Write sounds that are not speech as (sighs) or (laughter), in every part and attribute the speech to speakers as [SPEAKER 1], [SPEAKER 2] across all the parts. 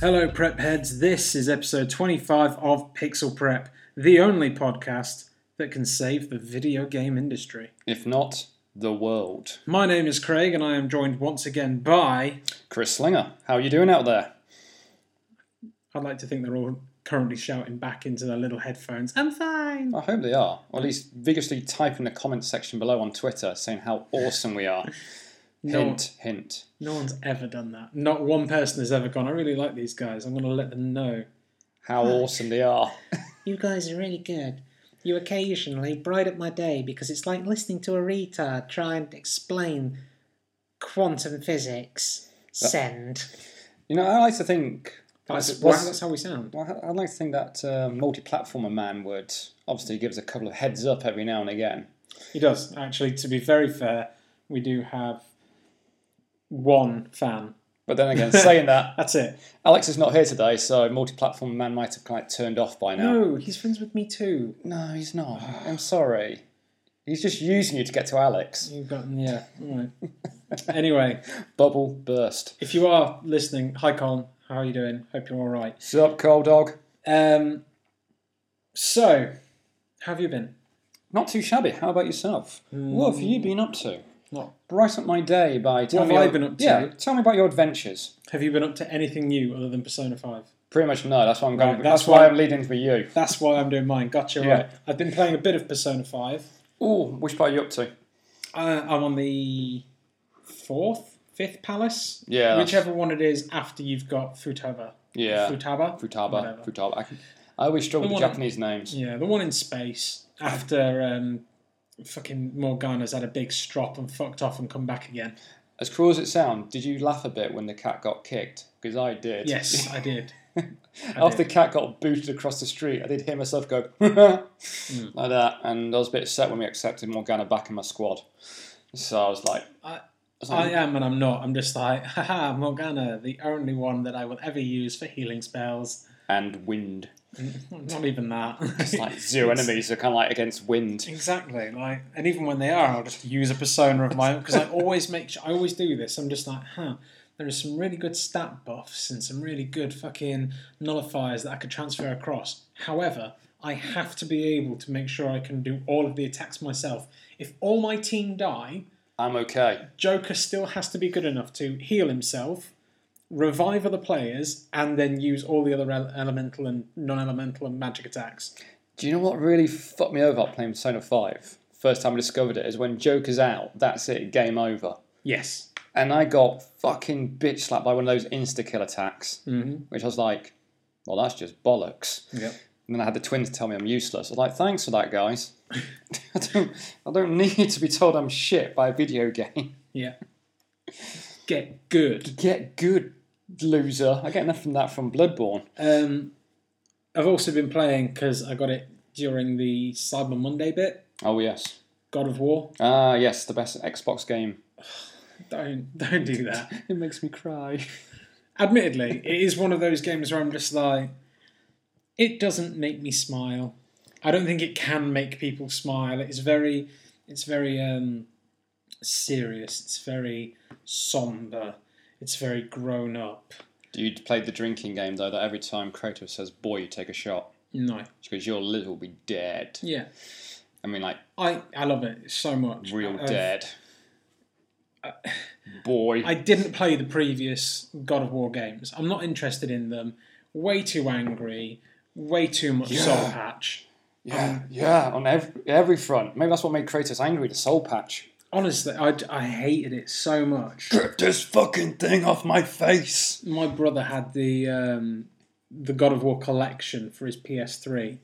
[SPEAKER 1] Hello, prep heads. This is episode 25 of Pixel Prep, the only podcast that can save the video game industry.
[SPEAKER 2] If not, the world.
[SPEAKER 1] My name is Craig, and I am joined once again by.
[SPEAKER 2] Chris Slinger, how are you doing out there?
[SPEAKER 1] I'd like to think they're all currently shouting back into their little headphones. I'm fine.
[SPEAKER 2] I hope they are, or at least vigorously type in the comment section below on Twitter saying how awesome we (laughs) are. Hint, hint.
[SPEAKER 1] No one's ever done that. Not one person has ever gone, I really like these guys. I'm going to let them know.
[SPEAKER 2] How awesome they are.
[SPEAKER 1] You guys are really good. You occasionally brighten my day because it's like listening to a retard try and explain quantum physics. Send.
[SPEAKER 2] You know, I like to think.
[SPEAKER 1] That's,
[SPEAKER 2] What's-
[SPEAKER 1] that's how we sound.
[SPEAKER 2] Well, I- I'd like to think that uh, multi-platformer man would obviously give us a couple of heads up every now and again.
[SPEAKER 1] He does. Actually, to be very fair, we do have one fan.
[SPEAKER 2] But then (laughs) again, saying that,
[SPEAKER 1] That's it.
[SPEAKER 2] Alex is not here today, so multi-platformer man might have kind of turned off by now.
[SPEAKER 1] No, Oh, he's friends with me too.
[SPEAKER 2] No, he's (sighs) not. I'm sorry. He's just using you to get to Alex.
[SPEAKER 1] You've gotten, yeah. All right. anyway,
[SPEAKER 2] Bubble burst.
[SPEAKER 1] if you are listening, hi Colin. How are you doing? Hope you're all right.
[SPEAKER 2] Sup, cold dog?
[SPEAKER 1] Um, so, how have you been?
[SPEAKER 2] Not too shabby. How about yourself? What have you been up to?
[SPEAKER 1] Hmm. Not
[SPEAKER 2] Brighten up my day by telling me.
[SPEAKER 1] have I
[SPEAKER 2] your-
[SPEAKER 1] been up to?
[SPEAKER 2] Yeah, tell me about your adventures.
[SPEAKER 1] Have you been up to anything new other than Persona 5?
[SPEAKER 2] Pretty much no. That's why I'm going.
[SPEAKER 1] Right, that's
[SPEAKER 2] that's why
[SPEAKER 1] why-
[SPEAKER 2] I'm leading with you.
[SPEAKER 1] That's why I'm doing mine. Gotcha,
[SPEAKER 2] Yeah.
[SPEAKER 1] right. I've been playing a bit of Persona 5.
[SPEAKER 2] Oh, which part are you up to?
[SPEAKER 1] Uh, I'm on the fourth, fifth palace.
[SPEAKER 2] Yeah, that's-
[SPEAKER 1] Whichever one it is after you've got Futaba.
[SPEAKER 2] Yeah,
[SPEAKER 1] Futaba?
[SPEAKER 2] Futaba.
[SPEAKER 1] Whatever.
[SPEAKER 2] Futaba. I, can, I always struggle
[SPEAKER 1] The
[SPEAKER 2] with
[SPEAKER 1] one-
[SPEAKER 2] Japanese names.
[SPEAKER 1] Yeah, the one in space after um, fucking Morgana's had a big strop and fucked off and come back again.
[SPEAKER 2] As cruel as it sounds, did you laugh a bit when the cat got kicked? Because I did. (laughs)
[SPEAKER 1] Yes, I did.
[SPEAKER 2] After the cat got booted across the street, I did hear myself go (laughs) like that, and I was a bit upset when we accepted Morgana back in my squad. So I was like,
[SPEAKER 1] I-
[SPEAKER 2] was
[SPEAKER 1] I uh,
[SPEAKER 2] like,
[SPEAKER 1] am and I'm not. I'm just like, (laughs) haha, Morgana, the only one that I will ever use for healing spells.
[SPEAKER 2] and wind.
[SPEAKER 1] Not even that. (laughs)
[SPEAKER 2] It's like zero enemies, so kind of like against wind.
[SPEAKER 1] Exactly. Like, and even when they are, I'll just use a persona of my own because I always make. Sure, I always do this. I'm just like, huh. There are some really good stat buffs and some really good fucking nullifiers that I could transfer across. However, I have to be able to make sure I can do all of the attacks myself. If all my team die,
[SPEAKER 2] I'm okay.
[SPEAKER 1] Joker still has to be good enough to heal himself, revive other players, and then use all the other ele- elemental and non-elemental and magic attacks.
[SPEAKER 2] Do you know what really fucked me over about playing Persona 5? First time I discovered it is when Joker's out, that's it, game over.
[SPEAKER 1] Yes.
[SPEAKER 2] And I got fucking bitch slapped by one of those insta kill attacks, mm-hmm. which I was like, well, that's just bollocks.
[SPEAKER 1] Yep.
[SPEAKER 2] And then I had the twins tell me I'm useless. I was like, thanks for that, guys. (laughs) I, don't, I don't need to be told I'm shit by a video game.
[SPEAKER 1] Yeah. Get good.
[SPEAKER 2] Get good, loser. I get enough from that from Bloodborne.
[SPEAKER 1] Um, I've also been playing because I got it during the Cyber Monday bit.
[SPEAKER 2] Oh, yes.
[SPEAKER 1] God of War.
[SPEAKER 2] Ah, yes, the best Xbox game.
[SPEAKER 1] Don't (laughs) don't do that.
[SPEAKER 2] It makes me cry. (laughs)
[SPEAKER 1] Admittedly, it is one of those games where I'm just like, it doesn't make me smile. I don't think it can make people smile. It's very, it's very um, serious. It's very somber. It's very grown up.
[SPEAKER 2] You played the drinking game, though, that every time Kratos says, boy, you take a shot.
[SPEAKER 1] No.
[SPEAKER 2] Because your lid will be dead.
[SPEAKER 1] Yeah.
[SPEAKER 2] I mean, like,
[SPEAKER 1] I I love it so much.
[SPEAKER 2] real
[SPEAKER 1] Uh,
[SPEAKER 2] dead. uh, boy.
[SPEAKER 1] I didn't play the previous God of War games. I'm not interested in them. Way too angry. Way too much soul patch.
[SPEAKER 2] yeah, yeah, on every, every front. Maybe that's what made Kratos angry, the soul patch.
[SPEAKER 1] Honestly, I, I hated it so much.
[SPEAKER 2] Rip this fucking thing off my face.
[SPEAKER 1] My brother had the um, the God of War collection for his PS3,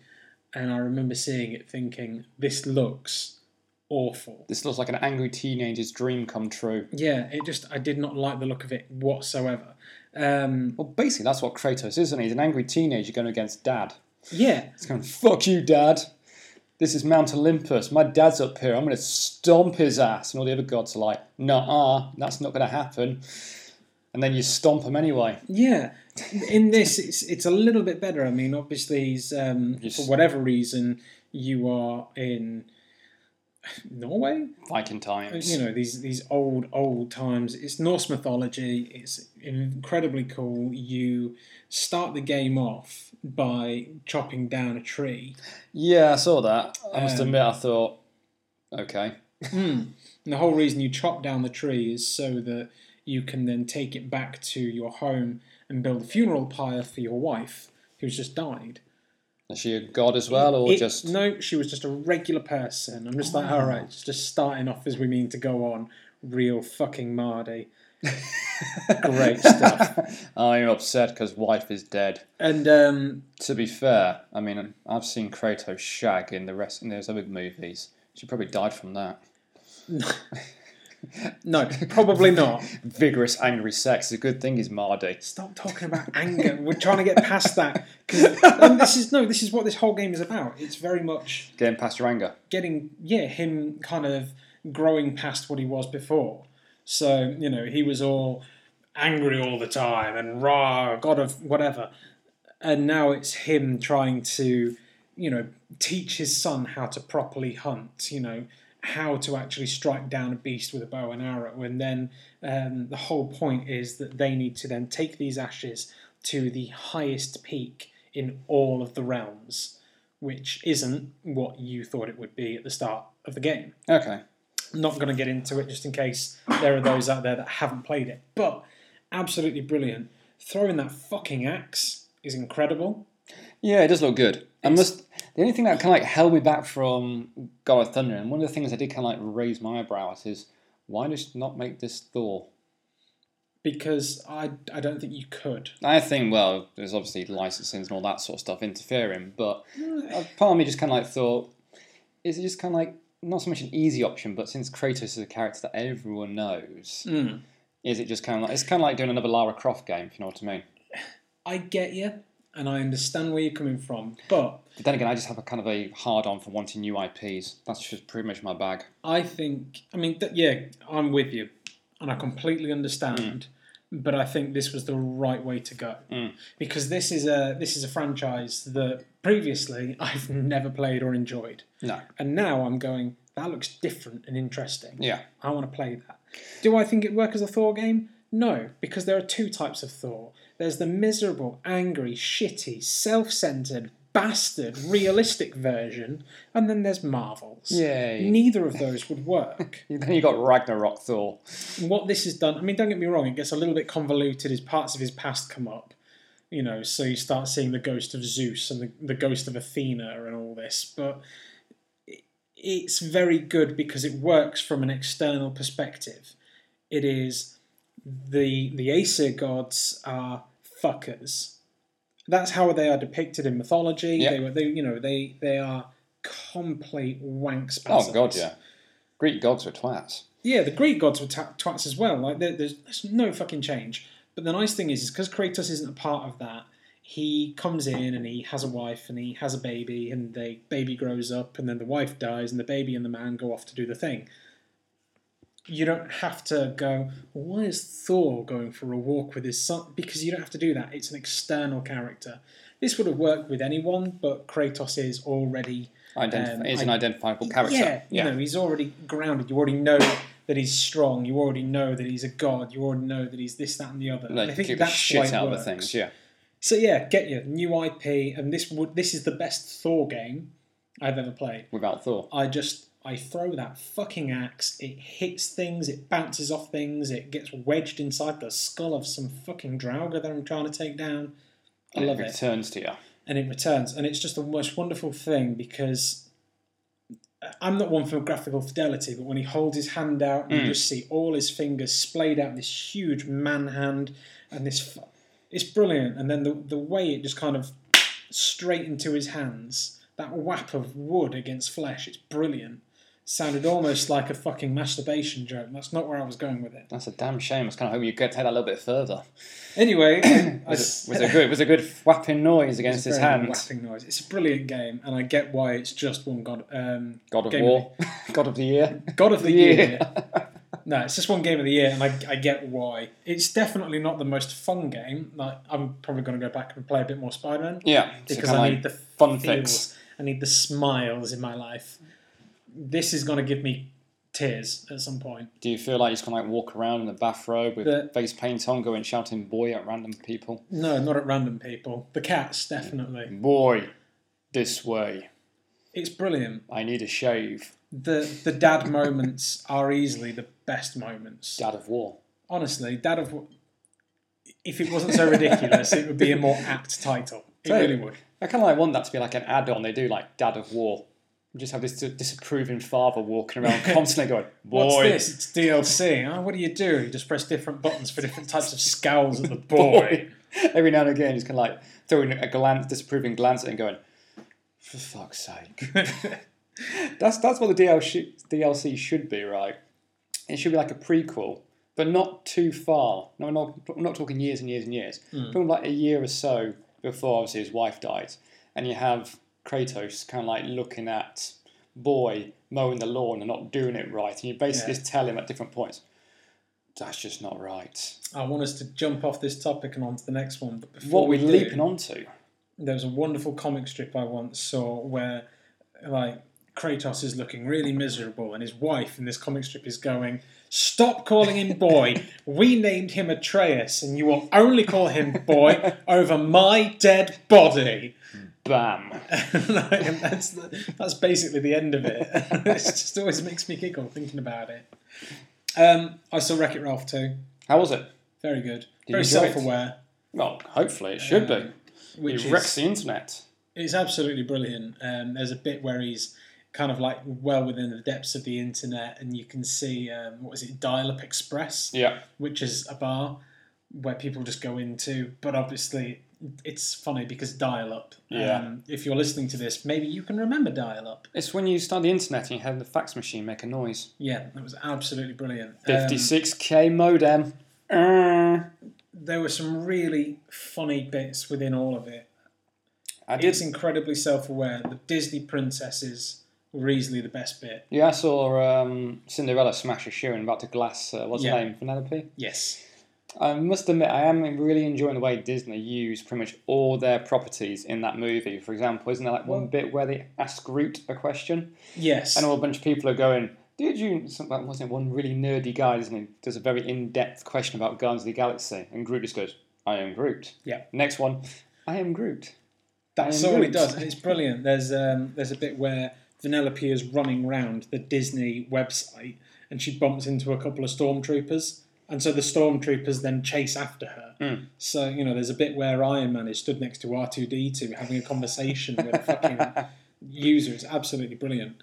[SPEAKER 1] and I remember seeing it, thinking this looks awful.
[SPEAKER 2] This looks like an angry teenager's dream come true.
[SPEAKER 1] Yeah, it just I did not like the look of it whatsoever. Um,
[SPEAKER 2] Well, basically, that's what Kratos is, isn't he? He's an angry teenager going against dad.
[SPEAKER 1] yeah,
[SPEAKER 2] He's going, fuck you, dad. This is Mount Olympus. My dad's up here. I'm going to stomp his ass. And all the other gods are like, nah, that's not going to happen. And then you stomp him anyway.
[SPEAKER 1] Yeah, in this, it's it's a little bit better. I mean, obviously, he's, um,
[SPEAKER 2] Yes.
[SPEAKER 1] for whatever reason, you are in Norway.
[SPEAKER 2] Viking times.
[SPEAKER 1] You know these these old old times. It's Norse mythology. It's incredibly cool. You start the game off by chopping down a tree.
[SPEAKER 2] Yeah, I saw that. I must
[SPEAKER 1] Um,
[SPEAKER 2] admit, I thought, okay,
[SPEAKER 1] Mm. And the whole reason you chop down the tree is so that you can then take it back to your home and build a funeral pyre for your wife who's just died.
[SPEAKER 2] is she a god as well, or
[SPEAKER 1] It-
[SPEAKER 2] just Ah.
[SPEAKER 1] no, she was just a regular person. I'm just like, all right, it's just starting off as we mean to go on, real fucking
[SPEAKER 2] (laughs)
[SPEAKER 1] Mardy. Great stuff.
[SPEAKER 2] I'm "Oh, upset because wife is dead.
[SPEAKER 1] And um,
[SPEAKER 2] To be fair, I mean, I've seen Kratos shag in the rest in those other movies. She probably died from that.
[SPEAKER 1] no, probably not.
[SPEAKER 2] Vigorous, angry sex. It's a good thing he's Mardy.
[SPEAKER 1] Stop talking about anger. We're trying to get past that because um, this is no, this is what this whole game is about. It's very much
[SPEAKER 2] Getting past your anger.
[SPEAKER 1] getting yeah him kind of growing past what he was before. So you know he was all angry all the time and rah god of whatever, and now it's him trying to you know teach his son how to properly hunt. You know how to actually strike down a beast with a bow and arrow, and then um, the whole point is that they need to then take these ashes to the highest peak in all of the realms which isn't what you thought it would be at the start of the game.
[SPEAKER 2] Okay.
[SPEAKER 1] Not going to get into it just in case there are those out there that haven't played it, but absolutely brilliant. Throwing that fucking axe is incredible.
[SPEAKER 2] Yeah, it does look good. I must. The only thing that kind of like held me back from God of Thunder, and one of the things I did kind of like raise my eyebrow at is why just not make this Thor?
[SPEAKER 1] Because I, I don't think you could.
[SPEAKER 2] I think, well, there's obviously licensing and all that sort of stuff interfering, but a part of me just kind of like thought, is it just kind of like not so much an easy option, but since Kratos is a character that everyone knows, is it just kind of like it's kind of like doing another Lara Croft game, if you know what I mean?
[SPEAKER 1] I get you, and I understand where you're coming from, but
[SPEAKER 2] But then again, I just have a kind of a hard on for wanting new IPs. That's just pretty much my bag.
[SPEAKER 1] I think, I mean, th- yeah, I'm with you, and I completely understand. But I think this was the right way to go because this is a this is a franchise that previously (laughs) I've never played or enjoyed,
[SPEAKER 2] No,
[SPEAKER 1] and now I'm going. That looks different and interesting.
[SPEAKER 2] yeah,
[SPEAKER 1] I want to play that. Do I think it work as a Thor game? No, because there are two types of Thor. There's the miserable, angry, shitty, self-centered, bastard, realistic version, and then there's Marvel's.
[SPEAKER 2] Yay.
[SPEAKER 1] Neither of those would work.
[SPEAKER 2] Then you got Ragnarok Thor.
[SPEAKER 1] what this has done, I mean, don't get me wrong, it gets a little bit convoluted as parts of his past come up. You know, so you start seeing the ghost of Zeus and the, the ghost of Athena and all this, but it- it's very good because it works from an external perspective. It is the the Aesir gods are fuckers. That's how they are depicted in mythology.
[SPEAKER 2] Yeah.
[SPEAKER 1] They were they you know they they are complete wanks.
[SPEAKER 2] Oh God, yeah. Greek gods were twats.
[SPEAKER 1] Yeah, the Greek gods were ta- twats as well. Like there, there's, there's no fucking change. But the nice thing is, is because Kratos isn't a part of that, he comes in and he has a wife and he has a baby, and the baby grows up, and then the wife dies, and the baby and the man go off to do the thing. You don't have to go. Why is Thor going for a walk with his son? Because you don't have to do that. It's an external character. This would have worked with anyone, but Kratos is already
[SPEAKER 2] Identif-
[SPEAKER 1] Um,
[SPEAKER 2] is an
[SPEAKER 1] I-
[SPEAKER 2] identifiable character.
[SPEAKER 1] yeah, you know, he's already grounded. You already know that he's strong. You already know that he's a god. You already know that he's this, that, and the other. And
[SPEAKER 2] Like,
[SPEAKER 1] I think
[SPEAKER 2] give the
[SPEAKER 1] that's why
[SPEAKER 2] shit
[SPEAKER 1] it
[SPEAKER 2] out of
[SPEAKER 1] works.
[SPEAKER 2] the things. Yeah.
[SPEAKER 1] So yeah, get your new IP, and this would this is the best Thor game I've ever played.
[SPEAKER 2] without Thor.
[SPEAKER 1] I just I throw that fucking axe. It hits things. It bounces off things. It gets wedged inside the skull of some fucking Draugr that I'm trying to take down. I love it
[SPEAKER 2] returns to you.
[SPEAKER 1] and it returns. And it's just the most wonderful thing because I'm not one for graphical fidelity, but when he holds his hand out,
[SPEAKER 2] Mm.
[SPEAKER 1] and you just see all his fingers splayed out, this huge man hand, and this f- it's brilliant. And then the, the way it just kind of straight into his hands, that whap of wood against flesh, it's brilliant. Sounded almost like a fucking masturbation joke. and That's not where I was going with it.
[SPEAKER 2] That's a damn shame. I was kind of hoping you could take that a little bit further.
[SPEAKER 1] Anyway, I
[SPEAKER 2] (coughs) Was it, was it good? It was a good whapping noise against his
[SPEAKER 1] very
[SPEAKER 2] hand.
[SPEAKER 1] whapping noise. It's a brilliant game, and I get why it's just one god. Um,
[SPEAKER 2] God of
[SPEAKER 1] game
[SPEAKER 2] War, (laughs) God of the Year.
[SPEAKER 1] God of the
[SPEAKER 2] Yeah.
[SPEAKER 1] Year. No, it's just one game of the year, and I, I get why. It's definitely not the most fun game. Like I'm probably going to go back and play a bit more Spider-Man
[SPEAKER 2] Yeah, so
[SPEAKER 1] because
[SPEAKER 2] kinda
[SPEAKER 1] I
[SPEAKER 2] like
[SPEAKER 1] need the
[SPEAKER 2] fun
[SPEAKER 1] feels.
[SPEAKER 2] fix.
[SPEAKER 1] I need the smiles in my life. this is going to give me tears at some point.
[SPEAKER 2] Do you feel like you just can like walk around in a bathrobe with
[SPEAKER 1] The-
[SPEAKER 2] face paint on, going shouting "boy" at random people?
[SPEAKER 1] No, not at random people. The cats,
[SPEAKER 2] Mm.
[SPEAKER 1] definitely.
[SPEAKER 2] Boy, this way.
[SPEAKER 1] It's brilliant.
[SPEAKER 2] I need a shave.
[SPEAKER 1] The the dad moments are easily the best moments.
[SPEAKER 2] Dad of War.
[SPEAKER 1] Honestly, dad of if it wasn't so ridiculous, it would be a more apt title. It
[SPEAKER 2] Totally.
[SPEAKER 1] really would.
[SPEAKER 2] I kind of like want that to be like an add-on. They do like Dad of War. You just have this disapproving father
[SPEAKER 1] (laughs)
[SPEAKER 2] walking around constantly going, "Boy,
[SPEAKER 1] What's this? It's DLC. Oh, what do you do? You just press different buttons for different types of scowls at the boy.
[SPEAKER 2] (laughs) boy." Every now and again, just kind of like throwing a glance, disapproving glance at it and going, "For fuck's sake." (laughs) that's that's what the DLC DLC should be, right? It should be like a prequel, but not too far. No, I'm not, I'm not talking years and years and years. Probably like a year or so before, obviously, his wife died, and you have Kratos kind of like looking at boy mowing the lawn and not doing it right, and you basically
[SPEAKER 1] Yeah.
[SPEAKER 2] just tell him at different points, "That's just not right."
[SPEAKER 1] I want us to jump off this topic and on to the next one. But before
[SPEAKER 2] What are we
[SPEAKER 1] do,
[SPEAKER 2] leaping onto?
[SPEAKER 1] there was a wonderful comic strip I once saw where like Kratos is looking really miserable and his wife in this comic strip is going, Stop calling him boy. we named him Atreus and you will only call him boy over my dead body. (laughs)
[SPEAKER 2] Bam.
[SPEAKER 1] Like, and that's, the, that's basically the end of it. (laughs) it just always makes me giggle thinking about it. Um, I saw Wreck It Ralph too.
[SPEAKER 2] How was it?
[SPEAKER 1] Very good.
[SPEAKER 2] you
[SPEAKER 1] Very
[SPEAKER 2] enjoy it?
[SPEAKER 1] self aware.
[SPEAKER 2] Well, hopefully it should be.
[SPEAKER 1] Which
[SPEAKER 2] it wrecks
[SPEAKER 1] is,
[SPEAKER 2] the internet.
[SPEAKER 1] It's absolutely brilliant. Um, there's a bit where he's kind of like well within the depths of the internet, and you can see um, what is it, Dial Up Express,
[SPEAKER 2] Yeah.
[SPEAKER 1] which is a bar where people just go into. But obviously, it's funny because Dial Up.
[SPEAKER 2] Yeah.
[SPEAKER 1] Um, if you're listening to this, maybe you can remember Dial Up.
[SPEAKER 2] It's when you start the internet and you have the fax machine make a noise.
[SPEAKER 1] Yeah, that was absolutely brilliant. Um,
[SPEAKER 2] 56k modem. Uh,
[SPEAKER 1] there were some really funny bits within all of it.
[SPEAKER 2] I did.
[SPEAKER 1] It's incredibly self-aware. The Disney princesses were easily the best bit.
[SPEAKER 2] Yeah, I saw um, Cinderella smash a shoe and about to glass. Uh, what's her
[SPEAKER 1] Yeah.
[SPEAKER 2] name? Penelope.
[SPEAKER 1] Yes.
[SPEAKER 2] I must admit, I am really enjoying the way Disney use pretty much all their properties in that movie. For example, isn't there like one bit where they ask Groot a question,
[SPEAKER 1] Yes.
[SPEAKER 2] and all a bunch of people are going, "Did you?" Some, like, wasn't it one really nerdy guy? Isn't he? Does a very in-depth question about Guardians of the Galaxy, and Groot just goes, "I am Groot."
[SPEAKER 1] Yeah.
[SPEAKER 2] Next one, I am Groot.
[SPEAKER 1] That's
[SPEAKER 2] I am
[SPEAKER 1] all it
[SPEAKER 2] Groot.
[SPEAKER 1] does, and it's brilliant. There's um, there's a bit where Vanellope is running round the Disney website, and she bumps into a couple of stormtroopers, and so the stormtroopers then chase after her. So you know, there's a bit where Iron Man is stood next to R two D two having a conversation with a fucking user. It's absolutely brilliant.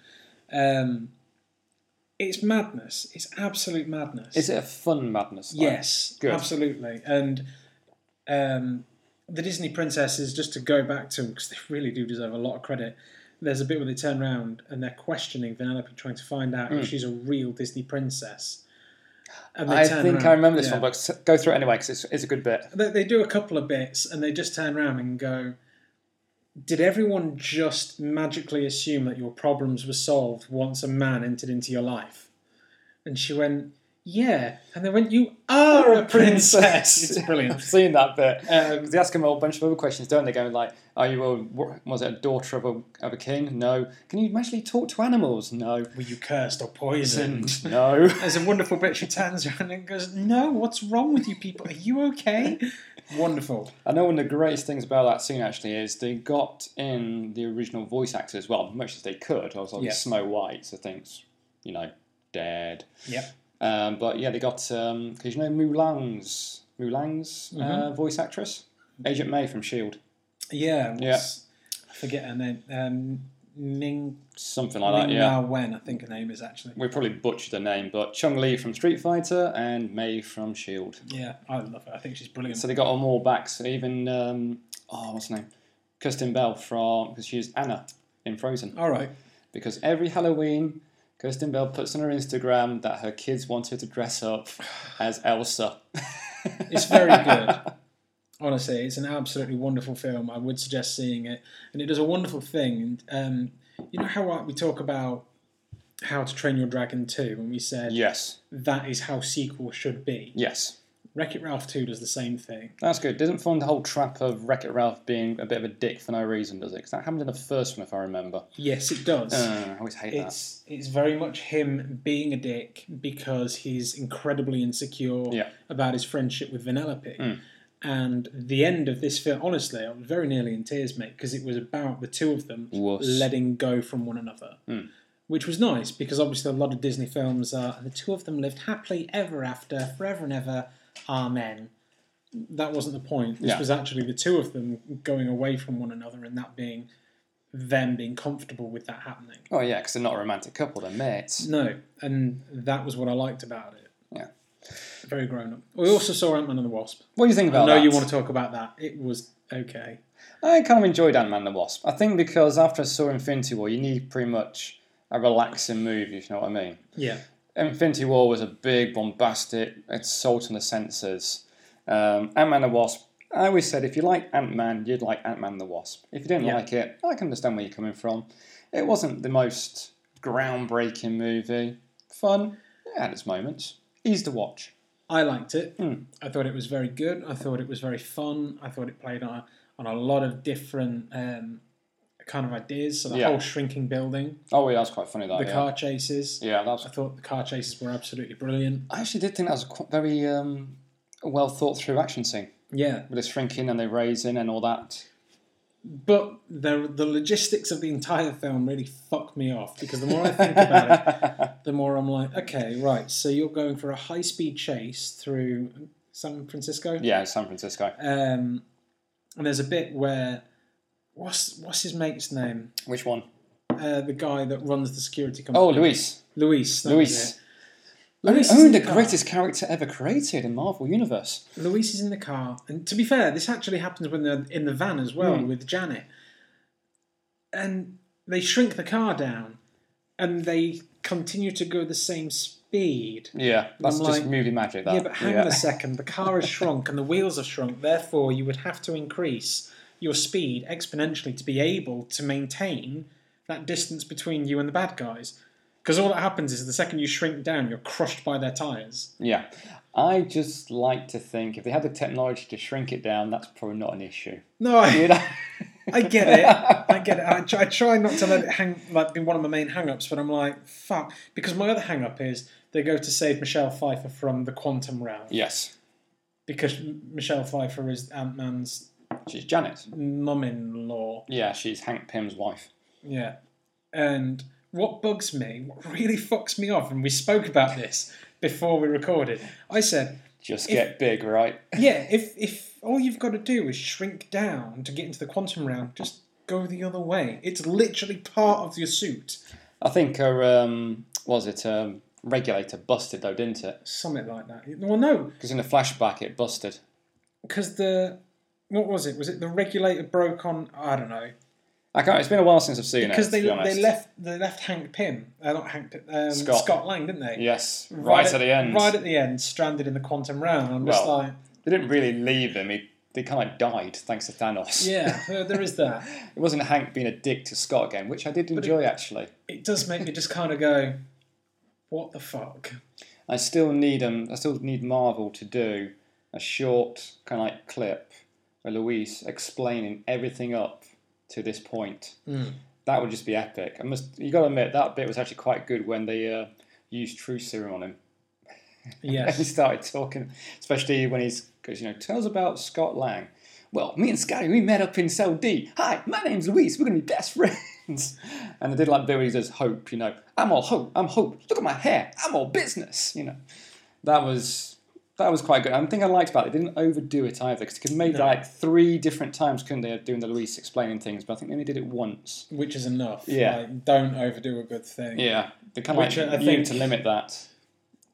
[SPEAKER 1] Um, it's madness. It's absolute madness.
[SPEAKER 2] Is it a fun madness? like?
[SPEAKER 1] Yes,
[SPEAKER 2] Good.
[SPEAKER 1] absolutely. And um, the Disney princesses, just to go back to, because they really do deserve a lot of credit. There's a bit where they turn around and they're questioning Vanellope, trying to find out
[SPEAKER 2] Hmm.
[SPEAKER 1] if she's a real Disney princess. And
[SPEAKER 2] I think I remember this
[SPEAKER 1] yeah.
[SPEAKER 2] one, but s- go through it anyway because it's, it's a good bit.
[SPEAKER 1] They, they do a couple of bits and they just turn around and go, Did everyone just magically assume that your problems were solved once a man entered into your life? And she went, Yeah. And they went, You are a princess. it's brilliant.
[SPEAKER 2] I've seen that bit.
[SPEAKER 1] Um,
[SPEAKER 2] They ask him a whole bunch of other questions, don't they? Going like, "Are you a what- was it a daughter of a, of a king? No. Can you actually talk to animals? No. (laughs)
[SPEAKER 1] were you cursed or poisoned?
[SPEAKER 2] No.
[SPEAKER 1] There's a wonderful bit she turns around and goes, No, what's wrong with you people? Are you okay? wonderful.
[SPEAKER 2] I know one of the greatest things about that scene actually is they got in the original voice actor as well, much as they could. I was like
[SPEAKER 1] Yeah.
[SPEAKER 2] Snow White, so things, you know, dead.
[SPEAKER 1] Yep.
[SPEAKER 2] Um, but yeah, they got because you know Mulan's Mulan's uh,
[SPEAKER 1] Mm-hmm.
[SPEAKER 2] voice actress, Agent May from Shield,
[SPEAKER 1] Yeah. what's-
[SPEAKER 2] Yeah.
[SPEAKER 1] I forget her name. Um, Ming,
[SPEAKER 2] something like
[SPEAKER 1] Ming
[SPEAKER 2] that. Yeah,
[SPEAKER 1] Na Wen, I think her name is actually.
[SPEAKER 2] we probably butchered the name, but Chung Lee from Street Fighter and May from Shield.
[SPEAKER 1] Yeah, I love her. I think she's brilliant.
[SPEAKER 2] E So they got them all back. So even um, oh, what's her name? Kirsten Bell from because she was Anna in Frozen.
[SPEAKER 1] All right.
[SPEAKER 2] because every Halloween, Kirsten Bell puts on her Instagram that her kids want her to dress up as Elsa.
[SPEAKER 1] It's very good. (laughs) Honestly, it's an absolutely wonderful film. I would suggest seeing it, and it does a wonderful thing. And um, you know how uh, we talk about How to Train Your Dragon Two, and we said
[SPEAKER 2] yes,
[SPEAKER 1] that is how sequel should be.
[SPEAKER 2] yes.
[SPEAKER 1] Wreck It Ralph 2 does the same thing.
[SPEAKER 2] That's good. Doesn't fall in the whole trap of Wreck It Ralph being a bit of a dick for no reason, does it? Because that happened in the first one, if I remember.
[SPEAKER 1] Yes, it does.
[SPEAKER 2] Uh, I always hate
[SPEAKER 1] it's it's very much him being a dick because he's incredibly insecure
[SPEAKER 2] Yeah.
[SPEAKER 1] about his friendship with Vanellope.
[SPEAKER 2] Mm.
[SPEAKER 1] And the end of this film, honestly, I was very nearly in tears, mate, because it was about the two of them
[SPEAKER 2] Wuss.
[SPEAKER 1] letting go from one another,
[SPEAKER 2] Mm.
[SPEAKER 1] which was nice because obviously a lot of Disney films are the two of them lived happily ever after, forever and ever, amen. That wasn't the point. This
[SPEAKER 2] Yeah.
[SPEAKER 1] was actually the two of them going away from one another, and that being them being comfortable with that happening.
[SPEAKER 2] that. Oh, yeah, because they're not a romantic couple, they're mates.
[SPEAKER 1] No, and that was what I liked about it.
[SPEAKER 2] Yeah.
[SPEAKER 1] Very grown up. We also saw Ant Man and the Wasp.
[SPEAKER 2] What do you think
[SPEAKER 1] I
[SPEAKER 2] about
[SPEAKER 1] know
[SPEAKER 2] Oh, that?
[SPEAKER 1] you want to talk about that. It was okay.
[SPEAKER 2] I kind of enjoyed Ant Man the Wasp. I think because after I saw Infinity War, you need pretty much a relaxing movie, if you know what I mean.
[SPEAKER 1] Yeah.
[SPEAKER 2] Infinity War was a big, bombastic assault on the senses. Um, Ant Man the Wasp. I always said if you like Ant Man, you'd like Ant Man the Wasp. If you didn't
[SPEAKER 1] Yeah.
[SPEAKER 2] like it, I can understand where you're coming from. It wasn't the most groundbreaking movie. Fun. It had its moments. Easy to watch.
[SPEAKER 1] I liked it.
[SPEAKER 2] Hmm.
[SPEAKER 1] I thought it was very good. I thought it was very fun. I thought it played on a, on a lot of different um, kind of ideas. So the
[SPEAKER 2] Yeah.
[SPEAKER 1] whole shrinking building,
[SPEAKER 2] Oh, yeah, that's quite funny, that.
[SPEAKER 1] the
[SPEAKER 2] yeah.
[SPEAKER 1] car chases.
[SPEAKER 2] yeah, that was
[SPEAKER 1] I thought the car chases were absolutely brilliant.
[SPEAKER 2] I actually did think that was a qu- very um, well thought through action scene
[SPEAKER 1] Yeah.
[SPEAKER 2] with the shrinking and the raising and all that.
[SPEAKER 1] But the, the logistics of the entire film really fucked me off because the more I think about it,
[SPEAKER 2] (laughs)
[SPEAKER 1] the more I'm like, okay, right. So you're going for a high speed chase through San Francisco.
[SPEAKER 2] yeah, San Francisco.
[SPEAKER 1] Um, and there's a bit where what's what's his mate's name?
[SPEAKER 2] Which one?
[SPEAKER 1] Uh, the guy that runs the security company.
[SPEAKER 2] Oh, Luis.
[SPEAKER 1] Luis. that was
[SPEAKER 2] Luis.
[SPEAKER 1] it.
[SPEAKER 2] Only
[SPEAKER 1] Luis is in
[SPEAKER 2] the
[SPEAKER 1] car.
[SPEAKER 2] greatest character ever created in Marvel Universe.
[SPEAKER 1] Luis is in the car, and to be fair, this actually happens when they're in the van as well with Janet. And they shrink the car down, and they continue to go the same speed.
[SPEAKER 2] Yeah, that's
[SPEAKER 1] I'm
[SPEAKER 2] just
[SPEAKER 1] like-
[SPEAKER 2] movie magic. That.
[SPEAKER 1] Uh, Yeah, but hang
[SPEAKER 2] (laughs)
[SPEAKER 1] on a second. The car has shrunk and the wheels have shrunk. Therefore, you would have to increase your speed exponentially to be able to maintain that distance between you and the bad guys. Because all that happens is the second you shrink down, you're crushed by their tires.
[SPEAKER 2] Yeah, I just like to think if they had the technology to shrink it down, that's probably not an issue. (laughs)
[SPEAKER 1] No, I,
[SPEAKER 2] You know?
[SPEAKER 1] I get it. I get it. I, tr- I try not to let it hang, like, be one of my main hang ups, but I'm like, fuck. Because my other hang up is they go to save Michelle Pfeiffer from the quantum realm.
[SPEAKER 2] yes,
[SPEAKER 1] Because M- Michelle Pfeiffer is Ant Man's
[SPEAKER 2] she's Janet.
[SPEAKER 1] mum in law.
[SPEAKER 2] Yeah, she's Hank Pym's wife.
[SPEAKER 1] Yeah. And what bugs me, what really fucks me off, and we spoke about this before we recorded, I said,
[SPEAKER 2] Just get big, right?
[SPEAKER 1] yeah, if, if all you've got to do is shrink down to get into the quantum realm, just go the other way. It's literally part of your suit.
[SPEAKER 2] I think her um, was it um, regulator busted though, didn't it?
[SPEAKER 1] Something like that. Well, no,
[SPEAKER 2] Because in the flashback it busted.
[SPEAKER 1] because the. What was it? Was it the regulator broke on? I don't know.
[SPEAKER 2] I can't. It's been a while since I've seen
[SPEAKER 1] Because
[SPEAKER 2] it.
[SPEAKER 1] they,
[SPEAKER 2] to be honest.
[SPEAKER 1] they left they left Hank Pym, uh, not Hank Pym, um,
[SPEAKER 2] Scott.
[SPEAKER 1] Scott. Lang, didn't they?
[SPEAKER 2] Yes, right, at the end.
[SPEAKER 1] Right at the end, stranded in the quantum realm. I'm just
[SPEAKER 2] Well,
[SPEAKER 1] like,
[SPEAKER 2] They didn't really leave him. He, they kind of died thanks to Thanos.
[SPEAKER 1] Yeah, there- there is
[SPEAKER 2] (laughs)
[SPEAKER 1] that.
[SPEAKER 2] It wasn't Hank being a dick to Scott again, which I did enjoy actually.
[SPEAKER 1] It does make me just kind of go, what the fuck?
[SPEAKER 2] I still need um, I still need Marvel to do a short kind of like clip of Luis explaining everything up to this point. That would just be epic. I must. You got to admit that bit was actually quite good when they uh, used true serum on him. (laughs) And he
[SPEAKER 1] Yes.
[SPEAKER 2] started talking, especially when he's because you know tell us about Scott Lang. Well, me and Scotty we met up in cell D. Hi, my name's Luis. We're gonna be best friends. (laughs) And I did like Billy says hope. You know, I'm all hope. I'm hope. Look at my hair. I'm all business. You know, that was that was quite good. I think I liked about it. They didn't overdo it either because they could make that like three different times, couldn't they? Doing the Luis explaining things, but I think they only did it once.
[SPEAKER 1] Which is enough.
[SPEAKER 2] Yeah.
[SPEAKER 1] Like, don't overdo a good thing.
[SPEAKER 2] Yeah, they kind
[SPEAKER 1] Which uh,
[SPEAKER 2] of
[SPEAKER 1] I
[SPEAKER 2] like knew
[SPEAKER 1] think-
[SPEAKER 2] to limit that.
[SPEAKER 1] (laughs)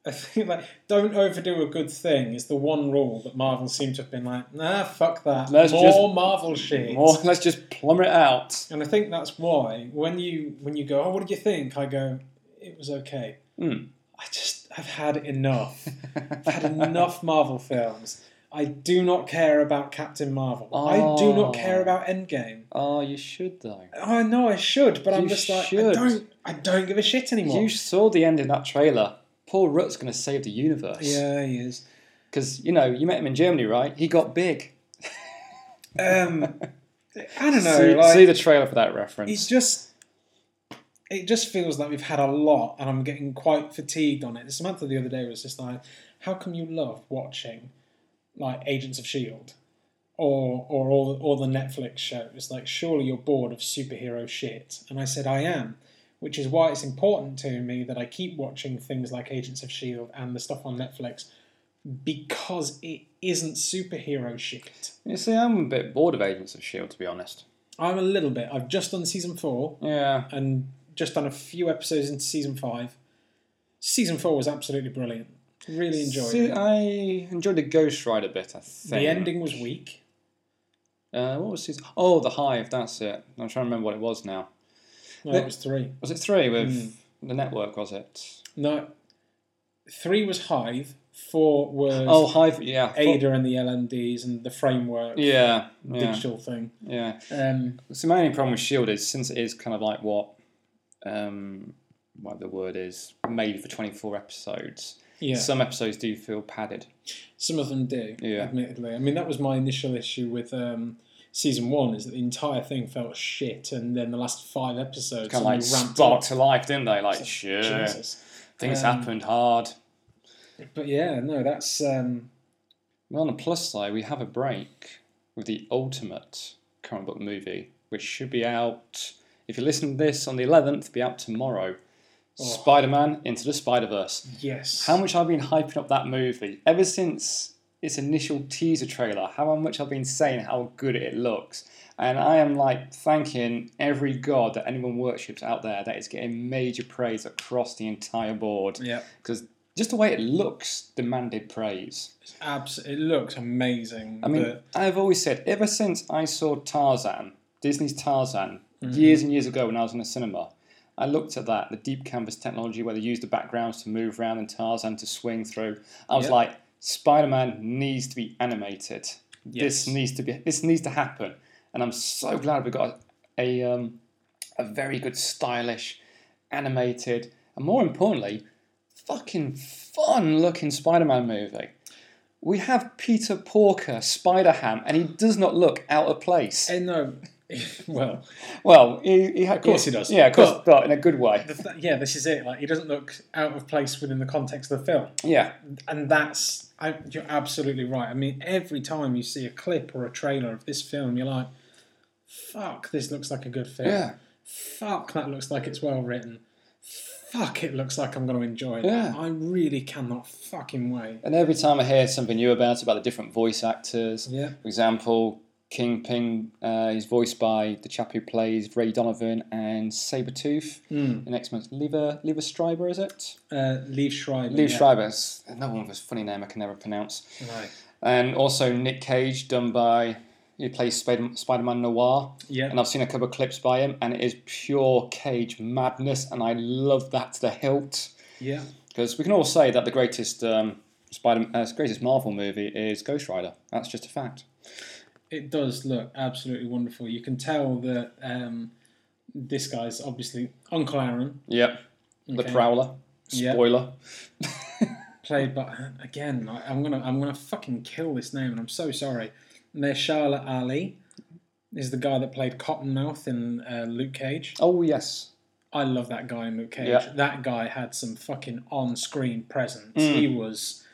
[SPEAKER 1] I think like don't overdo a good thing is the one rule that Marvel seem to have been like, nah, fuck that.
[SPEAKER 2] Let's
[SPEAKER 1] more
[SPEAKER 2] just-
[SPEAKER 1] Marvel shit.
[SPEAKER 2] More, (laughs) let's just plumb it out.
[SPEAKER 1] And I think that's why when you when you go, oh, what did you think? I go, it was okay.
[SPEAKER 2] Mm.
[SPEAKER 1] I just I've had enough. I've had
[SPEAKER 2] (laughs)
[SPEAKER 1] enough Marvel films. I do not care about Captain Marvel. I do
[SPEAKER 2] Oh.
[SPEAKER 1] not care about Endgame.
[SPEAKER 2] Oh, you should though.
[SPEAKER 1] Oh, I know I should, but I'm
[SPEAKER 2] You
[SPEAKER 1] just like
[SPEAKER 2] should.
[SPEAKER 1] I don't. I don't give a shit anymore.
[SPEAKER 2] You saw the end in that trailer. Paul Rudd's going to save the universe.
[SPEAKER 1] yeah, he is.
[SPEAKER 2] Because, you know, you met him in Germany, right? He got big. (laughs)
[SPEAKER 1] Um, I don't know.
[SPEAKER 2] see,
[SPEAKER 1] like,
[SPEAKER 2] see the trailer for that reference.
[SPEAKER 1] it's just it just feels like we've had a lot and I'm getting quite fatigued on it. Samantha the other day was just like, How come you love watching like Agents of Shield? E Or or all all the Netflix shows? Like surely you're bored of superhero shit. And I said, I am. Which is why it's important to me that I keep watching things like Agents of Shield E and the stuff on Netflix because it isn't superhero shit.
[SPEAKER 2] You see, I'm a bit bored of Agents of S.H.I.E.L.D., E to be honest.
[SPEAKER 1] I'm a little bit. I've just done season four.
[SPEAKER 2] Yeah.
[SPEAKER 1] and just done a few episodes into season five. Season four was absolutely brilliant. Really enjoyed
[SPEAKER 2] See,
[SPEAKER 1] it.
[SPEAKER 2] I enjoyed the Ghost Rider bit, I
[SPEAKER 1] The
[SPEAKER 2] think.
[SPEAKER 1] ending was weak.
[SPEAKER 2] Uh, what was his? Oh, The Hive, that's it. I'm trying to remember what it was now.
[SPEAKER 1] No, it was three.
[SPEAKER 2] Was it three with
[SPEAKER 1] Hmm.
[SPEAKER 2] the network, was it?
[SPEAKER 1] No, three was Hive. Four was
[SPEAKER 2] Oh, Hive, yeah. I thought-
[SPEAKER 1] Ada and the LNDs and the framework
[SPEAKER 2] Yeah, yeah,
[SPEAKER 1] digital thing.
[SPEAKER 2] yeah.
[SPEAKER 1] Um,
[SPEAKER 2] So my only problem with Shield E is since it is kind of like what, um, what the word is made for twenty four episodes.
[SPEAKER 1] yeah,
[SPEAKER 2] Some episodes do feel padded.
[SPEAKER 1] some of them do.
[SPEAKER 2] Yeah.
[SPEAKER 1] admittedly. I mean, that was my initial issue with um, season one is that the entire thing felt shit, and then the last five episodes
[SPEAKER 2] Kind of like
[SPEAKER 1] suddenly ramped
[SPEAKER 2] sparked
[SPEAKER 1] up.
[SPEAKER 2] to life, didn't they? Like, sure,
[SPEAKER 1] Jesus.
[SPEAKER 2] things
[SPEAKER 1] Um,
[SPEAKER 2] happened hard.
[SPEAKER 1] But yeah, no, that's um,
[SPEAKER 2] Well, on the plus side, we have a break with the ultimate comic book movie, which should be out. If you listen to this on the eleventh, be out tomorrow.
[SPEAKER 1] Oh.
[SPEAKER 2] Spider Man into the Spider Verse.
[SPEAKER 1] yes.
[SPEAKER 2] How much I've been hyping up that movie ever since its initial teaser trailer. How much I've been saying how good it looks, and I am like thanking every god that anyone worships out there that is getting major praise across the entire board
[SPEAKER 1] Yeah,
[SPEAKER 2] because just the way it looks demanded praise.
[SPEAKER 1] it's abs- it looks amazing.
[SPEAKER 2] I mean,
[SPEAKER 1] but
[SPEAKER 2] I've always said ever since I saw Tarzan, Disney's Tarzan, years and years ago when I was in the cinema, I looked at that the deep canvas technology where they used the backgrounds to move around and Tarzan to swing through. I was
[SPEAKER 1] Yep.
[SPEAKER 2] like, Spider-Man needs to be animated.
[SPEAKER 1] Yes.
[SPEAKER 2] This needs to be. This needs to happen. And I'm so glad we got a um, a very good, stylish, animated, and more importantly, fucking fun-looking Spider-Man movie. We have Peter Porker, Spider Ham, and he does not look out of place.
[SPEAKER 1] eh, no, (laughs) well,
[SPEAKER 2] Well, he, he of course
[SPEAKER 1] he does.
[SPEAKER 2] Yeah, of course,
[SPEAKER 1] But-
[SPEAKER 2] but, in a good way.
[SPEAKER 1] the th- yeah, this is it. Like, he doesn't look out of place within the context of the film,
[SPEAKER 2] Yeah,
[SPEAKER 1] and that's I, you're absolutely right. I mean, every time you see a clip or a trailer of this film, you're like, "Fuck, this looks like a good film.
[SPEAKER 2] yeah,
[SPEAKER 1] Fuck, that looks like it's well written." Fuck, it looks like I'm going to enjoy it.
[SPEAKER 2] Yeah.
[SPEAKER 1] I really cannot fucking wait.
[SPEAKER 2] and every time I hear something new about it, about the different voice actors.
[SPEAKER 1] Yeah.
[SPEAKER 2] For example, Kingpin, uh, he's voiced by the chap who plays Ray Donovan and Sabretooth
[SPEAKER 1] Mm.
[SPEAKER 2] in X Men's Lever Lever Striber, is it?
[SPEAKER 1] Uh, Leave Schreiber.
[SPEAKER 2] Lever
[SPEAKER 1] yeah.
[SPEAKER 2] Striber's another one with a funny name I can never pronounce.
[SPEAKER 1] Right.
[SPEAKER 2] And also Nick Cage, done by he plays Spider Man Noir.
[SPEAKER 1] Yeah.
[SPEAKER 2] and I've seen a couple of clips by him, and it is pure cage madness, and I love that to the hilt.
[SPEAKER 1] yeah.
[SPEAKER 2] Because we can all say that the greatest um, Spider, uh, greatest Marvel movie is Ghost Rider. That's just a fact.
[SPEAKER 1] it does look absolutely wonderful. You can tell that um, this guy's obviously Uncle Aaron,
[SPEAKER 2] Yep. The
[SPEAKER 1] Okay.
[SPEAKER 2] Prowler.
[SPEAKER 1] Yep.
[SPEAKER 2] Spoiler. (laughs)
[SPEAKER 1] played by again. I, I'm gonna I'm gonna fucking kill this name, and I'm so sorry. Mahershala Ali is the guy that played Cottonmouth in uh, Luke Cage.
[SPEAKER 2] Oh yes.
[SPEAKER 1] I love that guy in Luke Cage.
[SPEAKER 2] Yeah.
[SPEAKER 1] That guy had some fucking on-screen presence. He was.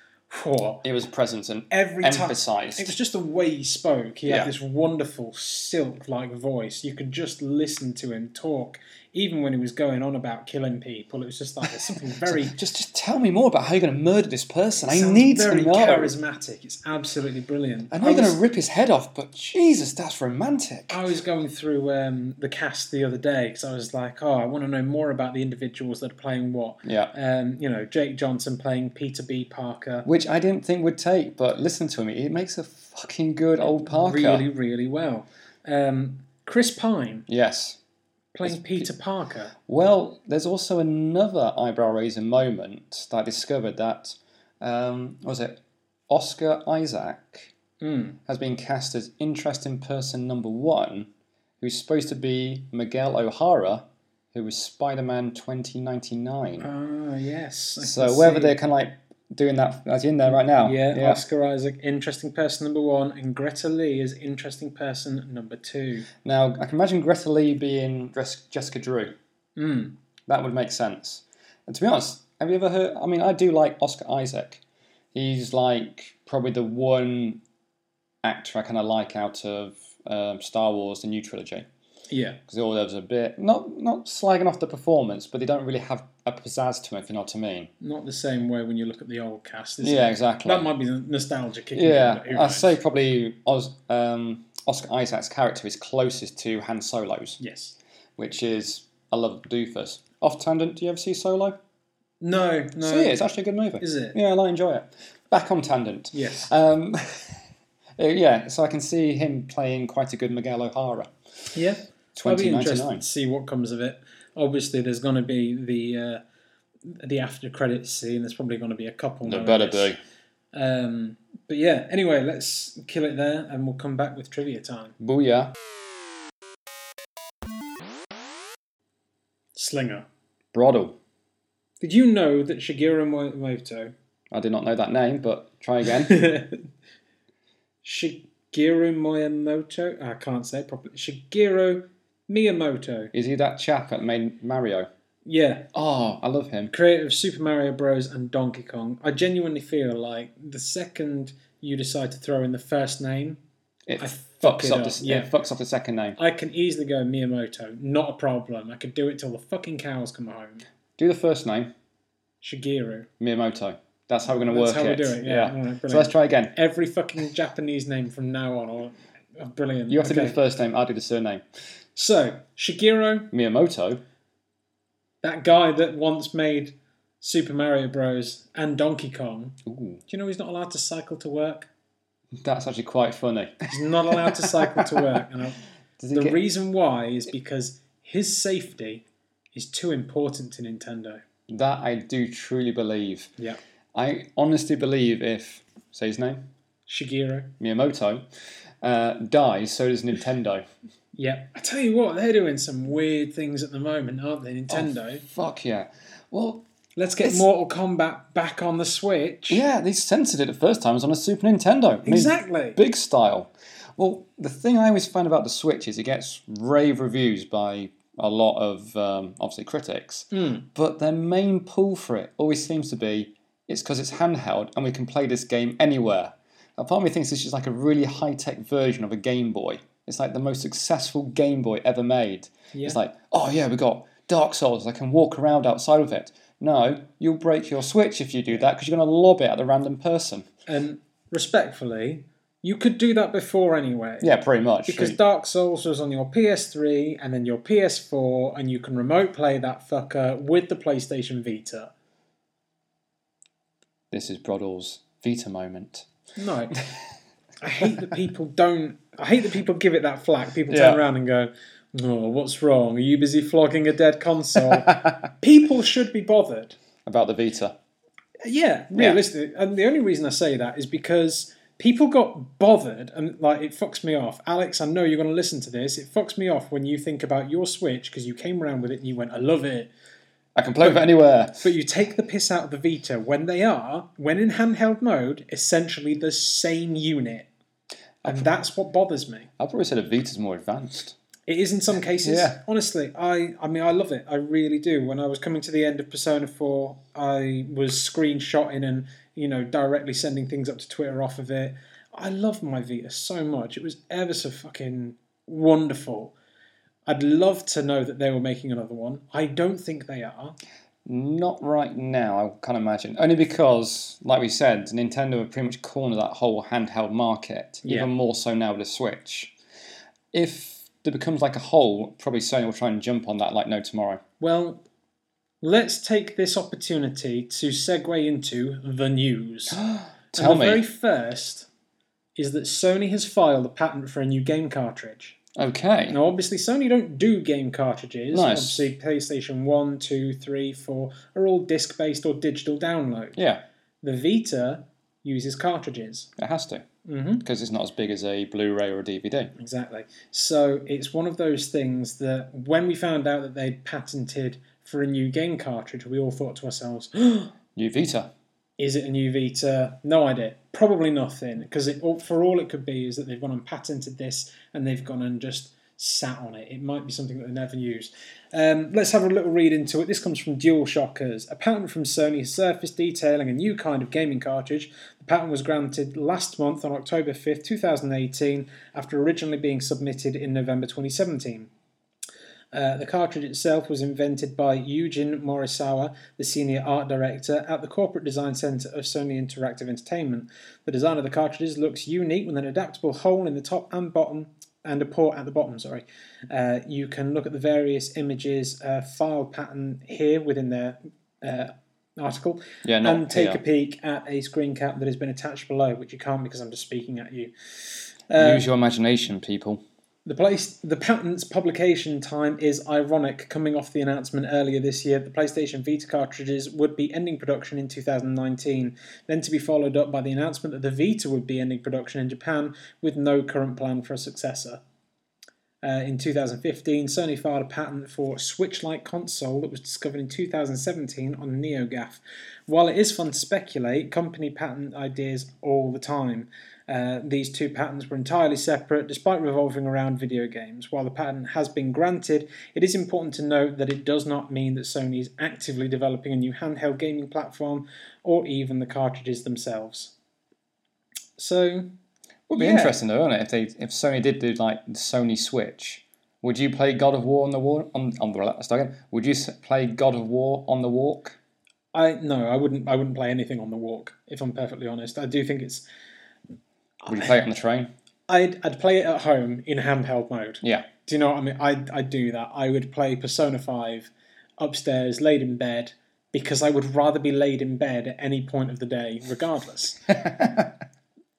[SPEAKER 1] Whoa.
[SPEAKER 2] It was present and
[SPEAKER 1] Every time
[SPEAKER 2] emphasised.
[SPEAKER 1] It was just the way he spoke. He
[SPEAKER 2] Yeah.
[SPEAKER 1] had this wonderful silk-like voice. You could just listen to him talk, even when he was going on about killing people. It was just like there's
[SPEAKER 2] (laughs)
[SPEAKER 1] something very.
[SPEAKER 2] just, just tell me more about how you're going to murder this person. I
[SPEAKER 1] sounds
[SPEAKER 2] need
[SPEAKER 1] very
[SPEAKER 2] to know.
[SPEAKER 1] charismatic. It's absolutely brilliant.
[SPEAKER 2] I know you're
[SPEAKER 1] was,
[SPEAKER 2] going to rip his head off, but Jesus, that's romantic.
[SPEAKER 1] I was going through um, the cast the other day because I was like, oh, I want to know more about the individuals that are playing what.
[SPEAKER 2] Yeah.
[SPEAKER 1] Um, you know, Jake Johnson playing Peter B. Parker.
[SPEAKER 2] Which I didn't think would take, but listen to him. It makes a fucking good old Parker.
[SPEAKER 1] Really, really well. Um, Chris Pine
[SPEAKER 2] Yes.
[SPEAKER 1] playing Peter Parker.
[SPEAKER 2] Well, there's also another eyebrow raiser moment that I discovered that um, what was it Oscar Isaac
[SPEAKER 1] Mm.
[SPEAKER 2] has been cast as interesting person number one, who's supposed to be Miguel O'Hara, who was Spider-Man 2099.
[SPEAKER 1] Ah, yes. I
[SPEAKER 2] so
[SPEAKER 1] can
[SPEAKER 2] whether
[SPEAKER 1] see.
[SPEAKER 2] they're kind of like doing that as in there right now.
[SPEAKER 1] Yeah,
[SPEAKER 2] yeah.
[SPEAKER 1] Oscar Isaac, interesting person number one, and Greta Lee is interesting person number two.
[SPEAKER 2] Now I can imagine Greta Lee being Dres- Jessica Drew.
[SPEAKER 1] Mm.
[SPEAKER 2] That would make sense. And to be honest, have you ever heard? I mean, I do like Oscar Isaac. He's like probably the one actor I kind of like out of um, Star Wars: The New Trilogy.
[SPEAKER 1] Yeah,
[SPEAKER 2] because all those a bit not not slagging off the performance, but they don't really have a pizzazz to them, if you know what I mean.
[SPEAKER 1] not the same way when you look at the old cast. Is
[SPEAKER 2] Yeah,
[SPEAKER 1] it?
[SPEAKER 2] exactly.
[SPEAKER 1] that might be the nostalgia kicking. in,
[SPEAKER 2] yeah,
[SPEAKER 1] but who
[SPEAKER 2] I'd
[SPEAKER 1] knows?
[SPEAKER 2] say probably Os, um, Oscar Isaac's character is closest to Han Solo's,
[SPEAKER 1] yes.
[SPEAKER 2] which is I love doofus. Off tangent, do you ever see Solo?
[SPEAKER 1] No, no.
[SPEAKER 2] See it, it's actually a good movie.
[SPEAKER 1] Uh, Is it?
[SPEAKER 2] Yeah, I like- enjoy it. Back on tangent.
[SPEAKER 1] Yes.
[SPEAKER 2] Um, (laughs) uh, yeah, so I can see him playing quite a good Miguel O'Hara.
[SPEAKER 1] yeah. I'll be
[SPEAKER 2] Twenty ninety
[SPEAKER 1] interested
[SPEAKER 2] nine.
[SPEAKER 1] to see what comes of it. Obviously, there's going to be the uh, the after credits scene. There's probably going to be a couple.
[SPEAKER 2] There
[SPEAKER 1] now, I
[SPEAKER 2] better
[SPEAKER 1] guess.
[SPEAKER 2] be.
[SPEAKER 1] Um, but yeah. Anyway, let's kill it there, and we'll come back with trivia time.
[SPEAKER 2] Booyah.
[SPEAKER 1] Slinger.
[SPEAKER 2] Broddle.
[SPEAKER 1] Did you know that Shigeru (laughs) Miyamoto?
[SPEAKER 2] I did not know that name, but try again.
[SPEAKER 1] (laughs) Shigeru Miyamoto. Ah, I can't say it properly. Shigeru Miyamoto.
[SPEAKER 2] Is he that chap that made Mario?
[SPEAKER 1] Yeah,
[SPEAKER 2] Oh, I love him.
[SPEAKER 1] creator of Super Mario Bros. and Donkey Kong. I genuinely feel like the second you decide to throw in the first name,
[SPEAKER 2] It
[SPEAKER 1] I fuck
[SPEAKER 2] fucks
[SPEAKER 1] it
[SPEAKER 2] up,
[SPEAKER 1] up,
[SPEAKER 2] the
[SPEAKER 1] yeah.
[SPEAKER 2] it fucks up the second name.
[SPEAKER 1] I can easily go Miyamoto. Not a problem. I could do it till the fucking cows come home.
[SPEAKER 2] Do the first name,
[SPEAKER 1] Shigeru.
[SPEAKER 2] Miyamoto. That's how we're gonna
[SPEAKER 1] That's
[SPEAKER 2] work
[SPEAKER 1] how we
[SPEAKER 2] it.
[SPEAKER 1] do it, yeah. All right, brilliant.
[SPEAKER 2] so let's try again.
[SPEAKER 1] Every fucking Japanese name from now on. Or, oh, brilliant.
[SPEAKER 2] You have to do
[SPEAKER 1] Okay.
[SPEAKER 2] the first name. I do the surname.
[SPEAKER 1] So Shigeru,
[SPEAKER 2] Miyamoto.
[SPEAKER 1] that guy that once made Super Mario Bros. and Donkey Kong.
[SPEAKER 2] Ooh,
[SPEAKER 1] Do you know he's not allowed to cycle to work?
[SPEAKER 2] that's actually quite funny.
[SPEAKER 1] He's not allowed to cycle to work. And I,
[SPEAKER 2] Does he
[SPEAKER 1] The
[SPEAKER 2] get-
[SPEAKER 1] reason why is because his safety is too important to Nintendo.
[SPEAKER 2] that I do truly believe.
[SPEAKER 1] Yeah.
[SPEAKER 2] I honestly believe if say his name
[SPEAKER 1] Shigeru.
[SPEAKER 2] Miyamoto uh, dies, so does Nintendo.
[SPEAKER 1] Yeah. I tell you what, they're doing some weird things at the moment, aren't they, Nintendo?
[SPEAKER 2] Fuck yeah. Well,
[SPEAKER 1] Let's get
[SPEAKER 2] Oh. It's-
[SPEAKER 1] Mortal Kombat back on the Switch.
[SPEAKER 2] yeah, they censored it the first time. It was on a Super Nintendo. I mean,
[SPEAKER 1] Exactly.
[SPEAKER 2] big style. Well, the thing I always find about the Switch is it gets rave reviews by a lot of um, obviously critics, but their main pull for it always seems to be it's because it's handheld and we can play this game anywhere. A part of me thinks this is like a really high tech version of a Game Boy. It's like the most successful Game Boy ever made. It's like, oh yeah, we got Dark Souls. I can walk around outside with it. No, you'll break your Switch if you do that because you're going to lob it at the random person.
[SPEAKER 1] And respectfully, you could do that before anyway.
[SPEAKER 2] Yeah, pretty much.
[SPEAKER 1] Because Dark Souls was on your PS3 and then your PS4, and you can remote play that fucker with the PlayStation Vita.
[SPEAKER 2] This is Broddle's Vita moment. (laughs)
[SPEAKER 1] No. I hate that people don't. I hate that people give it that flack. People
[SPEAKER 2] Yeah.
[SPEAKER 1] turn around and go, "Oh, what's wrong? Are you busy flogging a dead
[SPEAKER 2] (laughs)
[SPEAKER 1] console?" people should be bothered.
[SPEAKER 2] About the Vita.
[SPEAKER 1] Yeah, realistically, and the only reason I say that is because people got bothered, and like it fucks me off. Alex, I know you're going to listen to this. It fucks me off when you think about your Switch because you came around with it and you went, "I love it,"
[SPEAKER 2] I can play with it anywhere.
[SPEAKER 1] but you take the piss out of the Vita when they are, when in handheld mode, essentially the same unit, and that's what bothers me.
[SPEAKER 2] I'd probably say the Vita's more advanced.
[SPEAKER 1] It is in some cases.
[SPEAKER 2] Yeah.
[SPEAKER 1] Honestly, I I mean I love it. I really do. When I was coming to the end of Persona 4, I was screenshotting and, you know, directly sending things up to Twitter off of it. I love my Vita so much. It was ever so fucking wonderful. I'd love to know that they were making another one. I don't think they are.
[SPEAKER 2] Not right now, I can't imagine. Only because, like we said, Nintendo have pretty much cornered that whole handheld market,
[SPEAKER 1] Yeah.
[SPEAKER 2] even more so now with the Switch. If there becomes like a hole, probably Sony will try and jump on that like no tomorrow.
[SPEAKER 1] Well, let's take this opportunity to segue into the
[SPEAKER 2] (gasps)
[SPEAKER 1] news.
[SPEAKER 2] Tell
[SPEAKER 1] and the
[SPEAKER 2] me.
[SPEAKER 1] very first is that Sony has filed a patent for a new game cartridge.
[SPEAKER 2] Okay.
[SPEAKER 1] Now, obviously, Sony don't do game cartridges.
[SPEAKER 2] Nice.
[SPEAKER 1] Obviously, PlayStation 1, 2, 3, 4 are all disc based or digital download.
[SPEAKER 2] Yeah,
[SPEAKER 1] The Vita uses cartridges.
[SPEAKER 2] it has to.
[SPEAKER 1] Mhm.
[SPEAKER 2] Because it's not as big as a Blu ray or a DVD.
[SPEAKER 1] Exactly. So it's one of those things that when we found out that (gasps) "Oh, they'd patented for a new game cartridge, we all thought to ourselves,
[SPEAKER 2] New Vita.
[SPEAKER 1] Is it a new Vita? No idea. Probably nothing, because for all it could be is that they've gone and patented this and they've gone and just sat on it. It might be something that they never use. Um, let's have a little read into it. This comes from Dual Shockers. A patent from Sony has surfaced detailing a new kind of gaming cartridge. The patent was granted last month on October 5th, 2018, after originally being submitted in November 2017. Uh, the cartridge itself was invented by Eugene Morisawa, the senior art director at the corporate design center of Sony Interactive Entertainment. The design of the cartridges looks unique with an adaptable hole in the top and bottom and a port at the bottom. Sorry, uh, you can look at the various images uh, file pattern here within their uh, article,
[SPEAKER 2] Yeah, not
[SPEAKER 1] and take
[SPEAKER 2] here.
[SPEAKER 1] a peek at a screen cap that has been attached below, which you can't because I'm just speaking at you. Uh,
[SPEAKER 2] Use your imagination, people.
[SPEAKER 1] The place, the patent's publication time is ironic, coming off the announcement earlier this year that the PlayStation Vita cartridges would be ending production in 2019, then to be followed up by the announcement that the Vita would be ending production in Japan with no current plan for a successor. Uh, in 2015, Sony filed a patent for a Switch-like console that was discovered in 2017 on NeoGAF. While it is fun to speculate, company patent ideas all the time. Uh, these two patents were entirely separate, despite revolving around video games. While the patent has been granted, it is important to note that it does not mean that Sony is actively developing a new handheld gaming platform or even the cartridges themselves. So,
[SPEAKER 2] Would be
[SPEAKER 1] Yeah.
[SPEAKER 2] interesting though, wouldn't it? If they if Sony did do like the Sony Switch, would you play God of War on the war on on the let's start again? Would you s- play God of War on the walk?
[SPEAKER 1] I no, I wouldn't. I wouldn't play anything on the walk. If I'm perfectly honest, I do think it's.
[SPEAKER 2] Would you play it on the train?
[SPEAKER 1] I'd I'd play it at home in handheld mode.
[SPEAKER 2] Yeah.
[SPEAKER 1] Do you know what I mean? I'd I'd do that. I would play Persona Five upstairs, laid in bed, because I would rather be laid in bed at any point of the day, regardless.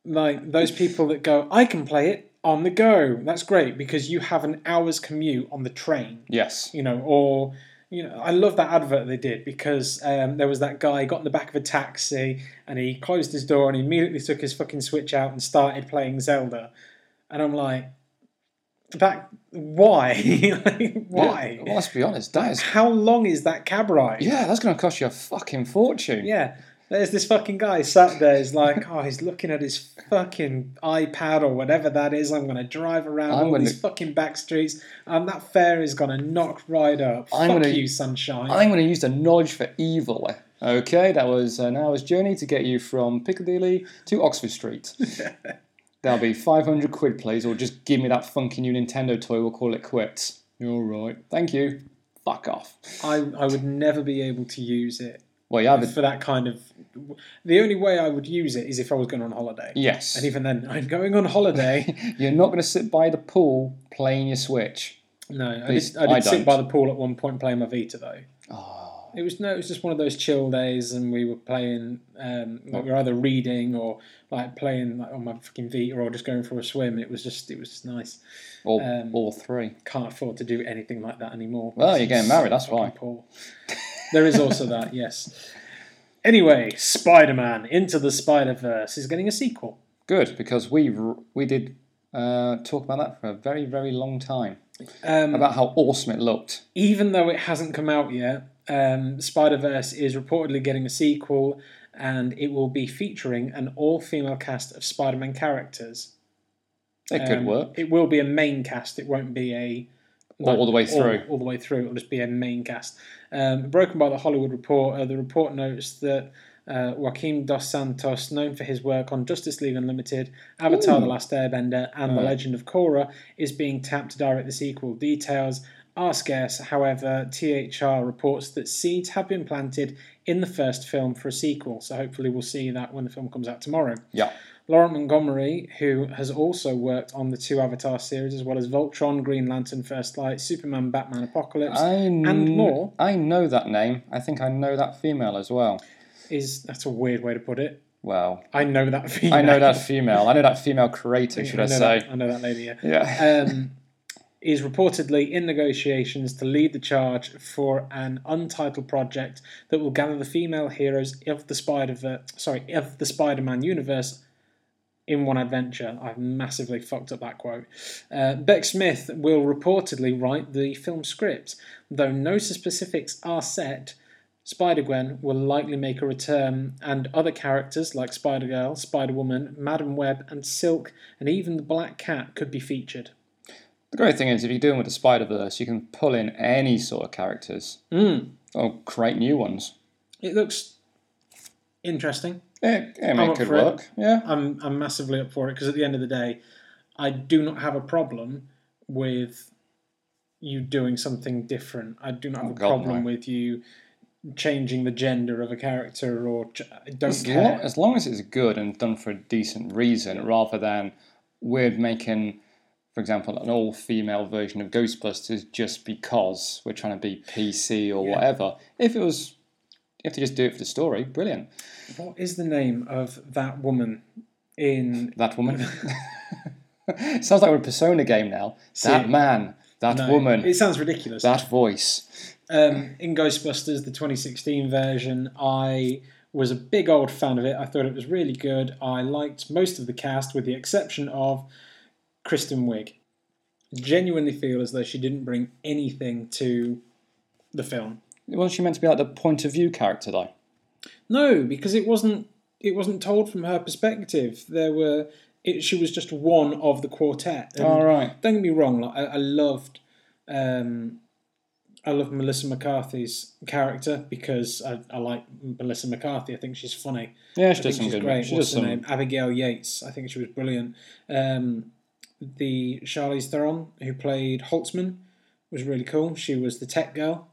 [SPEAKER 1] like those people that go, I can play it on the go. That's great because you have an hour's commute on the train
[SPEAKER 2] Yes.
[SPEAKER 1] you know, or you know, I love that advert they did because um, there was that guy got in the back of a taxi and he closed his door and he immediately took his fucking switch out and started playing Zelda, and I'm like, that why, (laughs) like, why?
[SPEAKER 2] Well, let's be honest. That is.
[SPEAKER 1] How long is that cab ride?
[SPEAKER 2] Yeah, that's going to cost you a fucking fortune.
[SPEAKER 1] Yeah. There's this fucking guy sat there. He's like, oh, he's looking at his fucking iPad or whatever that is. I'm going to drive around
[SPEAKER 2] I'm
[SPEAKER 1] all
[SPEAKER 2] gonna-
[SPEAKER 1] these fucking back streets. And that fare is going to knock right up.
[SPEAKER 2] I'm
[SPEAKER 1] Fuck
[SPEAKER 2] gonna-
[SPEAKER 1] you, sunshine.
[SPEAKER 2] I'm going to use the knowledge for evil. Okay, that was uh, an hour's journey to get you from Piccadilly to
[SPEAKER 1] (laughs)
[SPEAKER 2] Oxford Street. That'll be 500 quid, please, or just give me that funky new Nintendo toy, we'll call it quits. You're right. Thank you. Fuck off.
[SPEAKER 1] I, I would never be able to use it
[SPEAKER 2] Well, you have a.
[SPEAKER 1] for that kind of. The only way I would use it is if I was going on holiday.
[SPEAKER 2] Yes.
[SPEAKER 1] And even then, I'm going on holiday.
[SPEAKER 2] (laughs) You're not going to sit by the pool playing your Switch.
[SPEAKER 1] no, I
[SPEAKER 2] Please,
[SPEAKER 1] did, I did
[SPEAKER 2] I
[SPEAKER 1] sit
[SPEAKER 2] don't.
[SPEAKER 1] by the pool at one point playing my Vita though. It was no, it was just one of those chill days, and we were playing. Um, like we were either reading or like playing like, on my fucking Vita, or just going for a swim. It was just, it was just nice.
[SPEAKER 2] Or
[SPEAKER 1] Um,
[SPEAKER 2] all three.
[SPEAKER 1] Can't afford to do anything like that anymore.
[SPEAKER 2] Well, you're getting married, that's why.
[SPEAKER 1] Fucking poor. There is also that, (laughs) yes. Anyway, Spider Man Into the Spider Verse is getting a sequel.
[SPEAKER 2] Good, because we r- we did uh, talk about that for a very, very long time.
[SPEAKER 1] Um,
[SPEAKER 2] about how awesome it looked.
[SPEAKER 1] even though it hasn't come out yet, um, Spider Verse is reportedly getting a sequel, and it will be featuring an all-female cast of Spider-Man characters.
[SPEAKER 2] It could
[SPEAKER 1] Um,
[SPEAKER 2] work.
[SPEAKER 1] It will be a main cast. It won't be a
[SPEAKER 2] All- all the way through.
[SPEAKER 1] All, the way through. It'll just be a main cast. Um, broken by the Hollywood Reporter, the report notes that uh, Joaquin Dos Santos, known for his work on Justice League Unlimited, Avatar: The Last Airbender, and The Legend of Korra, is being tapped to direct the sequel. Details are scarce. However, THR reports that seeds have been planted in the first film for a sequel. So hopefully, we'll see that when the film comes out tomorrow.
[SPEAKER 2] Yeah.
[SPEAKER 1] Laurent Montgomery, who has also worked on the two Avatar series, as well as Voltron, Green Lantern, First Light, Superman, Batman, Apocalypse,
[SPEAKER 2] I kn-
[SPEAKER 1] more.
[SPEAKER 2] I know that name. I think I know that female as well.
[SPEAKER 1] is that's a weird way to put it.
[SPEAKER 2] Well,
[SPEAKER 1] I know that (laughs) female.
[SPEAKER 2] I know that female. I know that female
[SPEAKER 1] (laughs)
[SPEAKER 2] creator, should I,
[SPEAKER 1] know
[SPEAKER 2] say?
[SPEAKER 1] That, I know that lady. Yeah.
[SPEAKER 2] Yeah.
[SPEAKER 1] Um, (laughs) is reportedly in negotiations to lead the charge for an untitled project that will gather the female heroes of the Spider sorry of the Spider-Man universe in one adventure. I've massively fucked up that quote. Uh, Beck Smith will reportedly write the film script, though no specifics are set. Spider Gwen will likely make a return, and other characters like Spider Girl, Spider Woman, Madam Web, and Silk, and even the Black Cat could be featured.
[SPEAKER 2] The great thing is, if you're dealing with the Spider Verse, you can pull in any sort of characters
[SPEAKER 1] Mm,
[SPEAKER 2] or create new ones.
[SPEAKER 1] it looks interesting.
[SPEAKER 2] It, I mean,
[SPEAKER 1] I'm
[SPEAKER 2] it
[SPEAKER 1] up
[SPEAKER 2] could
[SPEAKER 1] for it.
[SPEAKER 2] work. Yeah.
[SPEAKER 1] I'm I'm massively up for it because at the end of the day, I do not have a problem with you doing something different. I do not have
[SPEAKER 2] Oh,
[SPEAKER 1] a
[SPEAKER 2] God,
[SPEAKER 1] problem
[SPEAKER 2] no.
[SPEAKER 1] with you changing the gender of a character or ch- I don't
[SPEAKER 2] As,
[SPEAKER 1] care.
[SPEAKER 2] lo- as long as it's good and done for a decent reason, rather than we're making, for example, an all female version of Ghostbusters just because we're trying to be PC or whatever. If it was, if they just do it for the story, brilliant.
[SPEAKER 1] What is the name of that woman in?
[SPEAKER 2] That woman. (laughs) Sounds like we're a Persona game now. That man, that
[SPEAKER 1] No,
[SPEAKER 2] woman,
[SPEAKER 1] It sounds ridiculous.
[SPEAKER 2] that voice.
[SPEAKER 1] Um, in Ghostbusters, the 2016 version, I was a big old fan of it. I thought it was really good. I liked most of the cast, with the exception of Kristen Wiig. Genuinely feel as though she didn't bring anything to the film.
[SPEAKER 2] Wasn't she meant to be like the point of view character though?
[SPEAKER 1] No, because it wasn't. It wasn't told from her perspective. There were. It, she was just one of the quartet. and
[SPEAKER 2] All right.
[SPEAKER 1] don't get me wrong. Like, I, I loved, um, I loved Melissa McCarthy's character because I, I like Melissa McCarthy. I think she's funny.
[SPEAKER 2] Yeah, she
[SPEAKER 1] I
[SPEAKER 2] does
[SPEAKER 1] think
[SPEAKER 2] some
[SPEAKER 1] she's
[SPEAKER 2] good.
[SPEAKER 1] great.
[SPEAKER 2] She
[SPEAKER 1] What's
[SPEAKER 2] does
[SPEAKER 1] her
[SPEAKER 2] some.
[SPEAKER 1] name? Abigail Yates. I think she was brilliant. Um, the Charlize Theron who played Holtzman was really cool. She was the tech girl.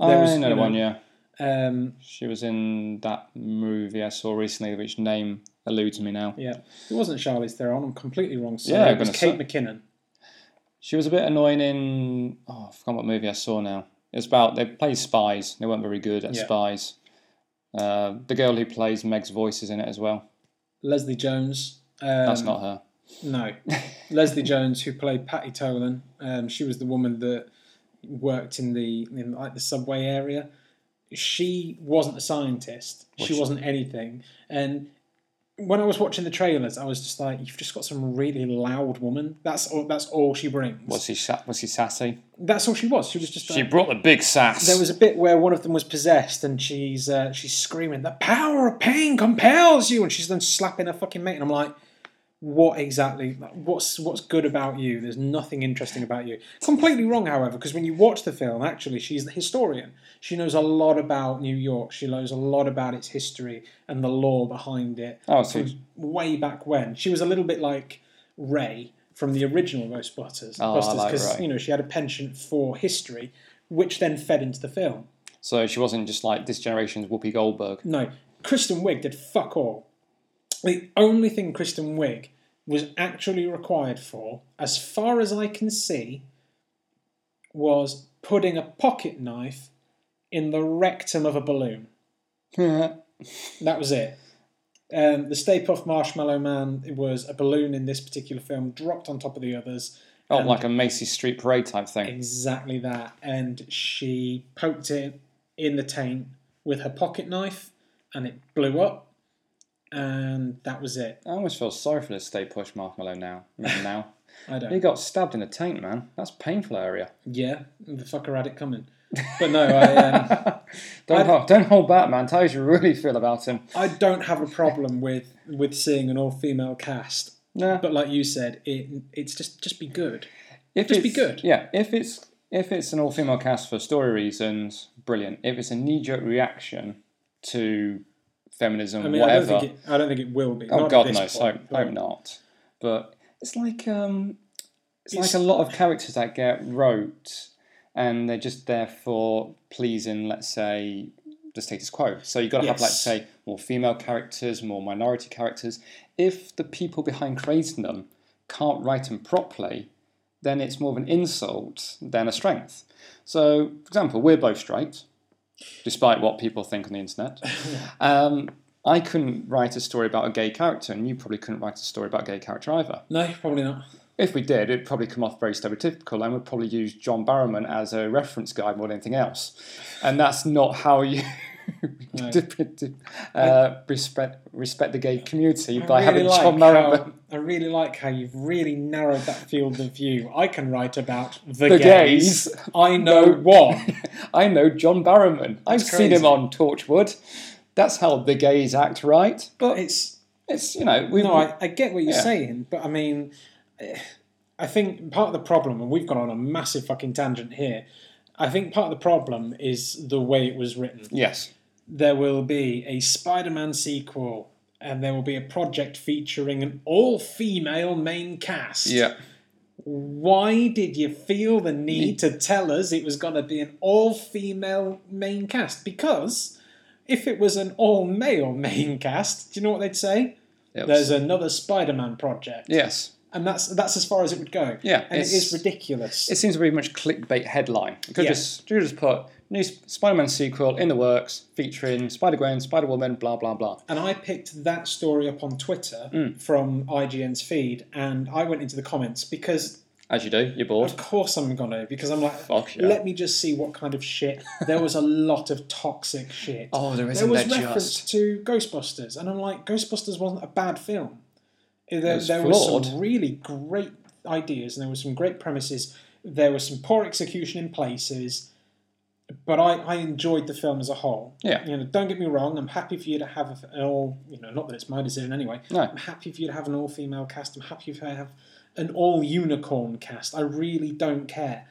[SPEAKER 2] I
[SPEAKER 1] There was,
[SPEAKER 2] know
[SPEAKER 1] you
[SPEAKER 2] the
[SPEAKER 1] know-
[SPEAKER 2] one. Yeah,
[SPEAKER 1] Um,
[SPEAKER 2] she was in that movie I saw recently, which name eludes me now.
[SPEAKER 1] yeah, it wasn't Charlize Theron. I'm completely wrong. Sorry.
[SPEAKER 2] Yeah,
[SPEAKER 1] it was
[SPEAKER 2] gonna
[SPEAKER 1] Kate McKinnon.
[SPEAKER 2] She was a bit annoying in. Oh, I forgot what movie I saw now. It's about they play spies. They weren't very good at
[SPEAKER 1] Yeah.
[SPEAKER 2] spies. Uh, the girl who plays Meg's voice is in it as well.
[SPEAKER 1] Leslie Jones. Um,
[SPEAKER 2] That's not her.
[SPEAKER 1] No. Leslie Jones, who played Patty Tolan, um, she was the woman that worked in the in like the subway area. She wasn't a scientist. she
[SPEAKER 2] she-
[SPEAKER 1] wasn't anything. And when I was watching the trailers, I was just like, "You've just got some really loud woman. That's all. That's all she brings.
[SPEAKER 2] Was she sa- was she sassy?
[SPEAKER 1] That's all she was. She was just.
[SPEAKER 2] She
[SPEAKER 1] Like,
[SPEAKER 2] brought the big sass.
[SPEAKER 1] uh, there was a bit where one of them was possessed, and she's uh, she's screaming, "The power of pain compels you," and she's then slapping her fucking mate. And I'm like, "What exactly? like, What's what's good about you? There's nothing interesting about you." Completely wrong, however, because when you watch the film, actually, she's the historian. She knows a lot about New York. She knows a lot about its history and the law behind it
[SPEAKER 2] oh, so
[SPEAKER 1] from way back when. She was a little bit like Ray from the original Ghostbusters,
[SPEAKER 2] Oh, I like
[SPEAKER 1] because
[SPEAKER 2] Ray.
[SPEAKER 1] you know she had a penchant for history, which then fed into the film.
[SPEAKER 2] so she wasn't just like this generation's Whoopi Goldberg.
[SPEAKER 1] (laughs) No, Kristen Wiig did fuck all. The only thing Kristen Wiig was actually required for, as far as I can see, was putting a pocket knife in the rectum of a balloon. That was it. Um, the Stay Puft Marshmallow Man was a balloon in this particular film, dropped on top of the others.
[SPEAKER 2] Oh,
[SPEAKER 1] And-
[SPEAKER 2] like a Macy's Street Parade type thing.
[SPEAKER 1] Exactly that. And she poked it in the taint with her pocket knife, and it blew up. And that was it.
[SPEAKER 2] I almost feel sorry for this Stay Push Marshmallow now.
[SPEAKER 1] (laughs)
[SPEAKER 2] Now
[SPEAKER 1] I
[SPEAKER 2] he
[SPEAKER 1] don't.
[SPEAKER 2] got stabbed in the taint, man. That's a painful area.
[SPEAKER 1] Yeah, the fucker had it coming. But no, I,
[SPEAKER 2] (laughs)
[SPEAKER 1] um,
[SPEAKER 2] Don't hold, don't hold back, man. Tell us you really feel about him.
[SPEAKER 1] I don't have a problem with with seeing an all female cast.
[SPEAKER 2] No,
[SPEAKER 1] But like you said, it it's just just be good.
[SPEAKER 2] if
[SPEAKER 1] just be
[SPEAKER 2] it's-
[SPEAKER 1] good.
[SPEAKER 2] Yeah, if it's if it's an all female cast for story reasons, brilliant. If it's a knee jerk reaction to feminism,
[SPEAKER 1] I mean,
[SPEAKER 2] whatever.
[SPEAKER 1] I don't think it, I don't think it will be.
[SPEAKER 2] Oh
[SPEAKER 1] Not at
[SPEAKER 2] God,
[SPEAKER 1] this
[SPEAKER 2] no!
[SPEAKER 1] point,
[SPEAKER 2] so
[SPEAKER 1] but-
[SPEAKER 2] hope not. But it's like um, it's,
[SPEAKER 1] It's-
[SPEAKER 2] like a lot of characters that get wrote, and they're just there for pleasing, let's say, the status quo. So you've got to have, like,
[SPEAKER 1] Yes.
[SPEAKER 2] say, more female characters, more minority characters. If the people behind creating them can't write them properly, then it's more of an insult than a strength. So, for example, we're both straight, despite what people think on the internet. Um, I couldn't write a story about a gay character, and you probably couldn't write a story about a gay character either.
[SPEAKER 1] No, probably not.
[SPEAKER 2] If we did, it'd probably come off very stereotypical, and we'd probably use John Barrowman as a reference guide more than anything else. And that's not how you (laughs)
[SPEAKER 1] Right.
[SPEAKER 2] to, uh, respect respect the gay community by
[SPEAKER 1] I really,
[SPEAKER 2] having John
[SPEAKER 1] like (laughs)
[SPEAKER 2] Merriman.
[SPEAKER 1] how, I really like how you've really narrowed that field of view. I can write about the,
[SPEAKER 2] The
[SPEAKER 1] gays.
[SPEAKER 2] gays.
[SPEAKER 1] I know
[SPEAKER 2] (laughs) No.
[SPEAKER 1] (laughs) one.
[SPEAKER 2] I know John Barrowman. I've
[SPEAKER 1] That's
[SPEAKER 2] seen
[SPEAKER 1] crazy.
[SPEAKER 2] him on Torchwood. That's how the gays act, right?
[SPEAKER 1] But it's
[SPEAKER 2] It's you know we
[SPEAKER 1] no, I, I get what you're
[SPEAKER 2] Yeah.
[SPEAKER 1] saying, but I mean, eh, I think part of the problem, and we've gone on a massive fucking tangent here. I think part of the problem is the way it was written.
[SPEAKER 2] yes
[SPEAKER 1] There will be a Spider-Man sequel, and there will be a project featuring an all-female main cast. Why did you feel the need to tell us it was going to be an all female main cast? Because if it was an all male (laughs) main cast, do you know what they'd say?
[SPEAKER 2] It was-
[SPEAKER 1] There's another Spider Man project.
[SPEAKER 2] yes.
[SPEAKER 1] And that's that's as far as it would go.
[SPEAKER 2] Yeah,
[SPEAKER 1] And it
[SPEAKER 2] it's-
[SPEAKER 1] is ridiculous.
[SPEAKER 2] It seems to be much clickbait headline. You could
[SPEAKER 1] Yeah.
[SPEAKER 2] just you could just put new Sp- Spider-Man sequel in the works featuring Spider Gwen, Spider Woman, blah blah blah.
[SPEAKER 1] and I picked that story up on Twitter
[SPEAKER 2] Mm.
[SPEAKER 1] from IGN's feed and I went into the comments because
[SPEAKER 2] As you do, you're bored.
[SPEAKER 1] Of course I'm gonna because I'm like
[SPEAKER 2] Fuck yeah.
[SPEAKER 1] let me just see what kind of shit. There was a lot of toxic shit.
[SPEAKER 2] (laughs) Oh, there
[SPEAKER 1] there
[SPEAKER 2] isn't
[SPEAKER 1] was
[SPEAKER 2] there
[SPEAKER 1] reference
[SPEAKER 2] just?
[SPEAKER 1] to Ghostbusters, and I'm like, Ghostbusters wasn't a bad film. There,
[SPEAKER 2] was
[SPEAKER 1] there were some
[SPEAKER 2] flawed.
[SPEAKER 1] really great ideas, and there were some great premises. There was some poor execution in places, but I, I enjoyed the film as a whole.
[SPEAKER 2] Yeah.
[SPEAKER 1] you know, don't get me wrong. I'm happy for you to have an all, you know, not that it's my decision anyway.
[SPEAKER 2] No.
[SPEAKER 1] I'm happy for you to have an all female cast. I'm happy for you to have an all unicorn cast. I really don't care.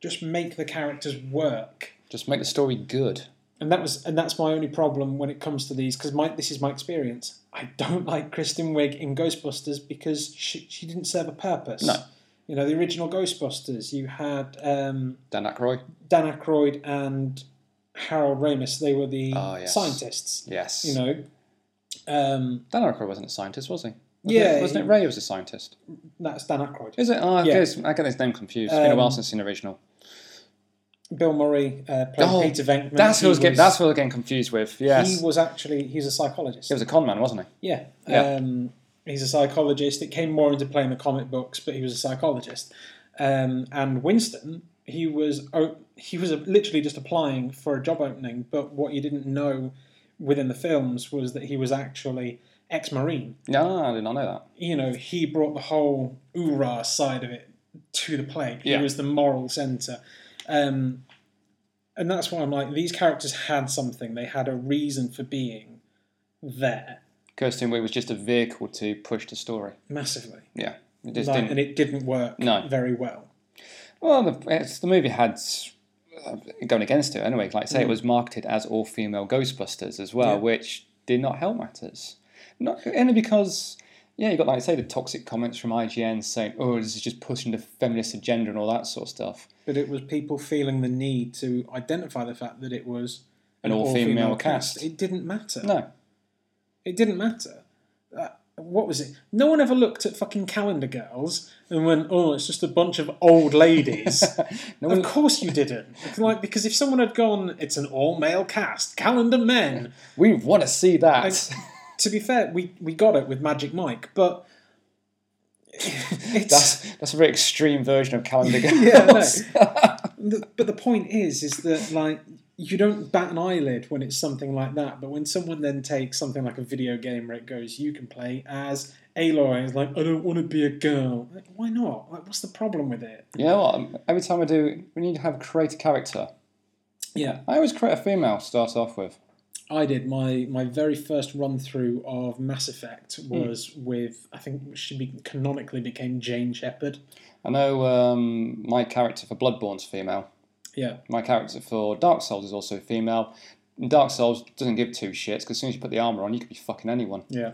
[SPEAKER 1] Just make the characters work
[SPEAKER 2] Just make the story good.
[SPEAKER 1] and that was and that's my only problem when it comes to these because my this is my experience. I don't like Kristen Wiig in Ghostbusters because she, she didn't serve a purpose.
[SPEAKER 2] No.
[SPEAKER 1] you know the original Ghostbusters. You had um,
[SPEAKER 2] Dan Aykroyd.
[SPEAKER 1] Dan Aykroyd and Harold Ramis. They were the
[SPEAKER 2] Ah, yes.
[SPEAKER 1] scientists.
[SPEAKER 2] Yes.
[SPEAKER 1] You know, um,
[SPEAKER 2] Dan Aykroyd wasn't a scientist, was he? Was
[SPEAKER 1] Yeah,
[SPEAKER 2] It, wasn't
[SPEAKER 1] he-
[SPEAKER 2] it Ray who was a scientist?
[SPEAKER 1] that's Dan Aykroyd.
[SPEAKER 2] Is it? Oh, I,
[SPEAKER 1] Yeah.
[SPEAKER 2] guess, I get his name confused. It's been a
[SPEAKER 1] Um,
[SPEAKER 2] while since I've seen the original.
[SPEAKER 1] Bill Murray uh, played
[SPEAKER 2] Oh,
[SPEAKER 1] Peter Venkman.
[SPEAKER 2] That's who
[SPEAKER 1] He
[SPEAKER 2] I was getting. That's who I was getting confused with. Yes,
[SPEAKER 1] He
[SPEAKER 2] he was,
[SPEAKER 1] was actually he's a psychologist.
[SPEAKER 2] a con man, wasn't he?
[SPEAKER 1] Yeah.
[SPEAKER 2] Yeah.
[SPEAKER 1] Um, he's a psychologist. It came more into play in the comic books, but he was a psychologist. Um, and Winston, he was o- he was literally just applying for a job opening, but what you didn't know within the films was that he was actually ex-marine.
[SPEAKER 2] No, I did not know that.
[SPEAKER 1] You know, he brought the whole oorah side of it to the plate.
[SPEAKER 2] Yeah.
[SPEAKER 1] He was the moral center. Um, and that's why I'm like, these characters had something. They had a reason for being there,
[SPEAKER 2] Kirsten Wiig was just a vehicle to push the story.
[SPEAKER 1] massively.
[SPEAKER 2] Yeah, it just
[SPEAKER 1] Like,
[SPEAKER 2] didn't.
[SPEAKER 1] and it didn't work
[SPEAKER 2] No.
[SPEAKER 1] very well.
[SPEAKER 2] Well, the, it's, the movie had s- uh, going against it anyway. Like I say, it was marketed as all female Ghostbusters as well,
[SPEAKER 1] Mm. Yeah.
[SPEAKER 2] which did not help matters. Not, only because yeah, you got like I say the toxic comments from IGN saying, "Oh, this is just pushing the feminist agenda and all that sort of stuff."
[SPEAKER 1] But it was people feeling the need to identify the fact that it was
[SPEAKER 2] An all-female cast.
[SPEAKER 1] It didn't matter.
[SPEAKER 2] No,
[SPEAKER 1] It didn't matter. Uh, what was it? No one ever looked at fucking Calendar Girls and went, "Oh, it's just a bunch of old ladies."
[SPEAKER 2] (laughs) no
[SPEAKER 1] of
[SPEAKER 2] one.
[SPEAKER 1] course you didn't. It's like because if someone had gone, "It's an all-male cast, Calendar Men,"
[SPEAKER 2] We want to see (laughs) that.
[SPEAKER 1] to be fair, we we got it with Magic Mike, but it's
[SPEAKER 2] that's that's a very extreme version of
[SPEAKER 1] (laughs)
[SPEAKER 2] calendar girls.
[SPEAKER 1] Yeah, I The- but the point is, is that like you don't bat an eyelid when it's something like that. But when someone then takes something like a video game where it goes, you can play as Aloy. It's like I don't want to be a girl. Like, why not? Like, what's the problem with it?
[SPEAKER 2] (laughs) You know what? Every time I do, we need to have create a character.
[SPEAKER 1] Yeah,
[SPEAKER 2] I always create a female to start off with.
[SPEAKER 1] I did my my very first run through of Mass Effect was with I think she be, canonically became Jane Shepard.
[SPEAKER 2] I know um, my character for Bloodborne's female.
[SPEAKER 1] Yeah,
[SPEAKER 2] My character for Dark Souls is also female. And Dark Souls doesn't give two shits because as soon as you put the armor on, you could be fucking anyone.
[SPEAKER 1] yeah.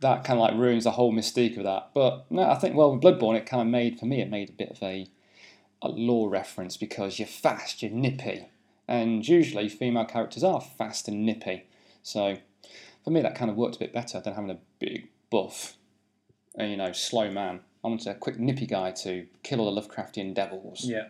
[SPEAKER 2] That kind of like ruins the whole mystique of that. But no, I think well with Bloodborne, it kind of made for me it made a bit of a a lore reference because you're fast, you're nippy, and usually female characters are fast and nippy. So for me, that kind of worked a bit better than having a big buff, and you know, slow man. I wanted a quick nippy guy to kill all the Lovecraftian devils.
[SPEAKER 1] Yeah.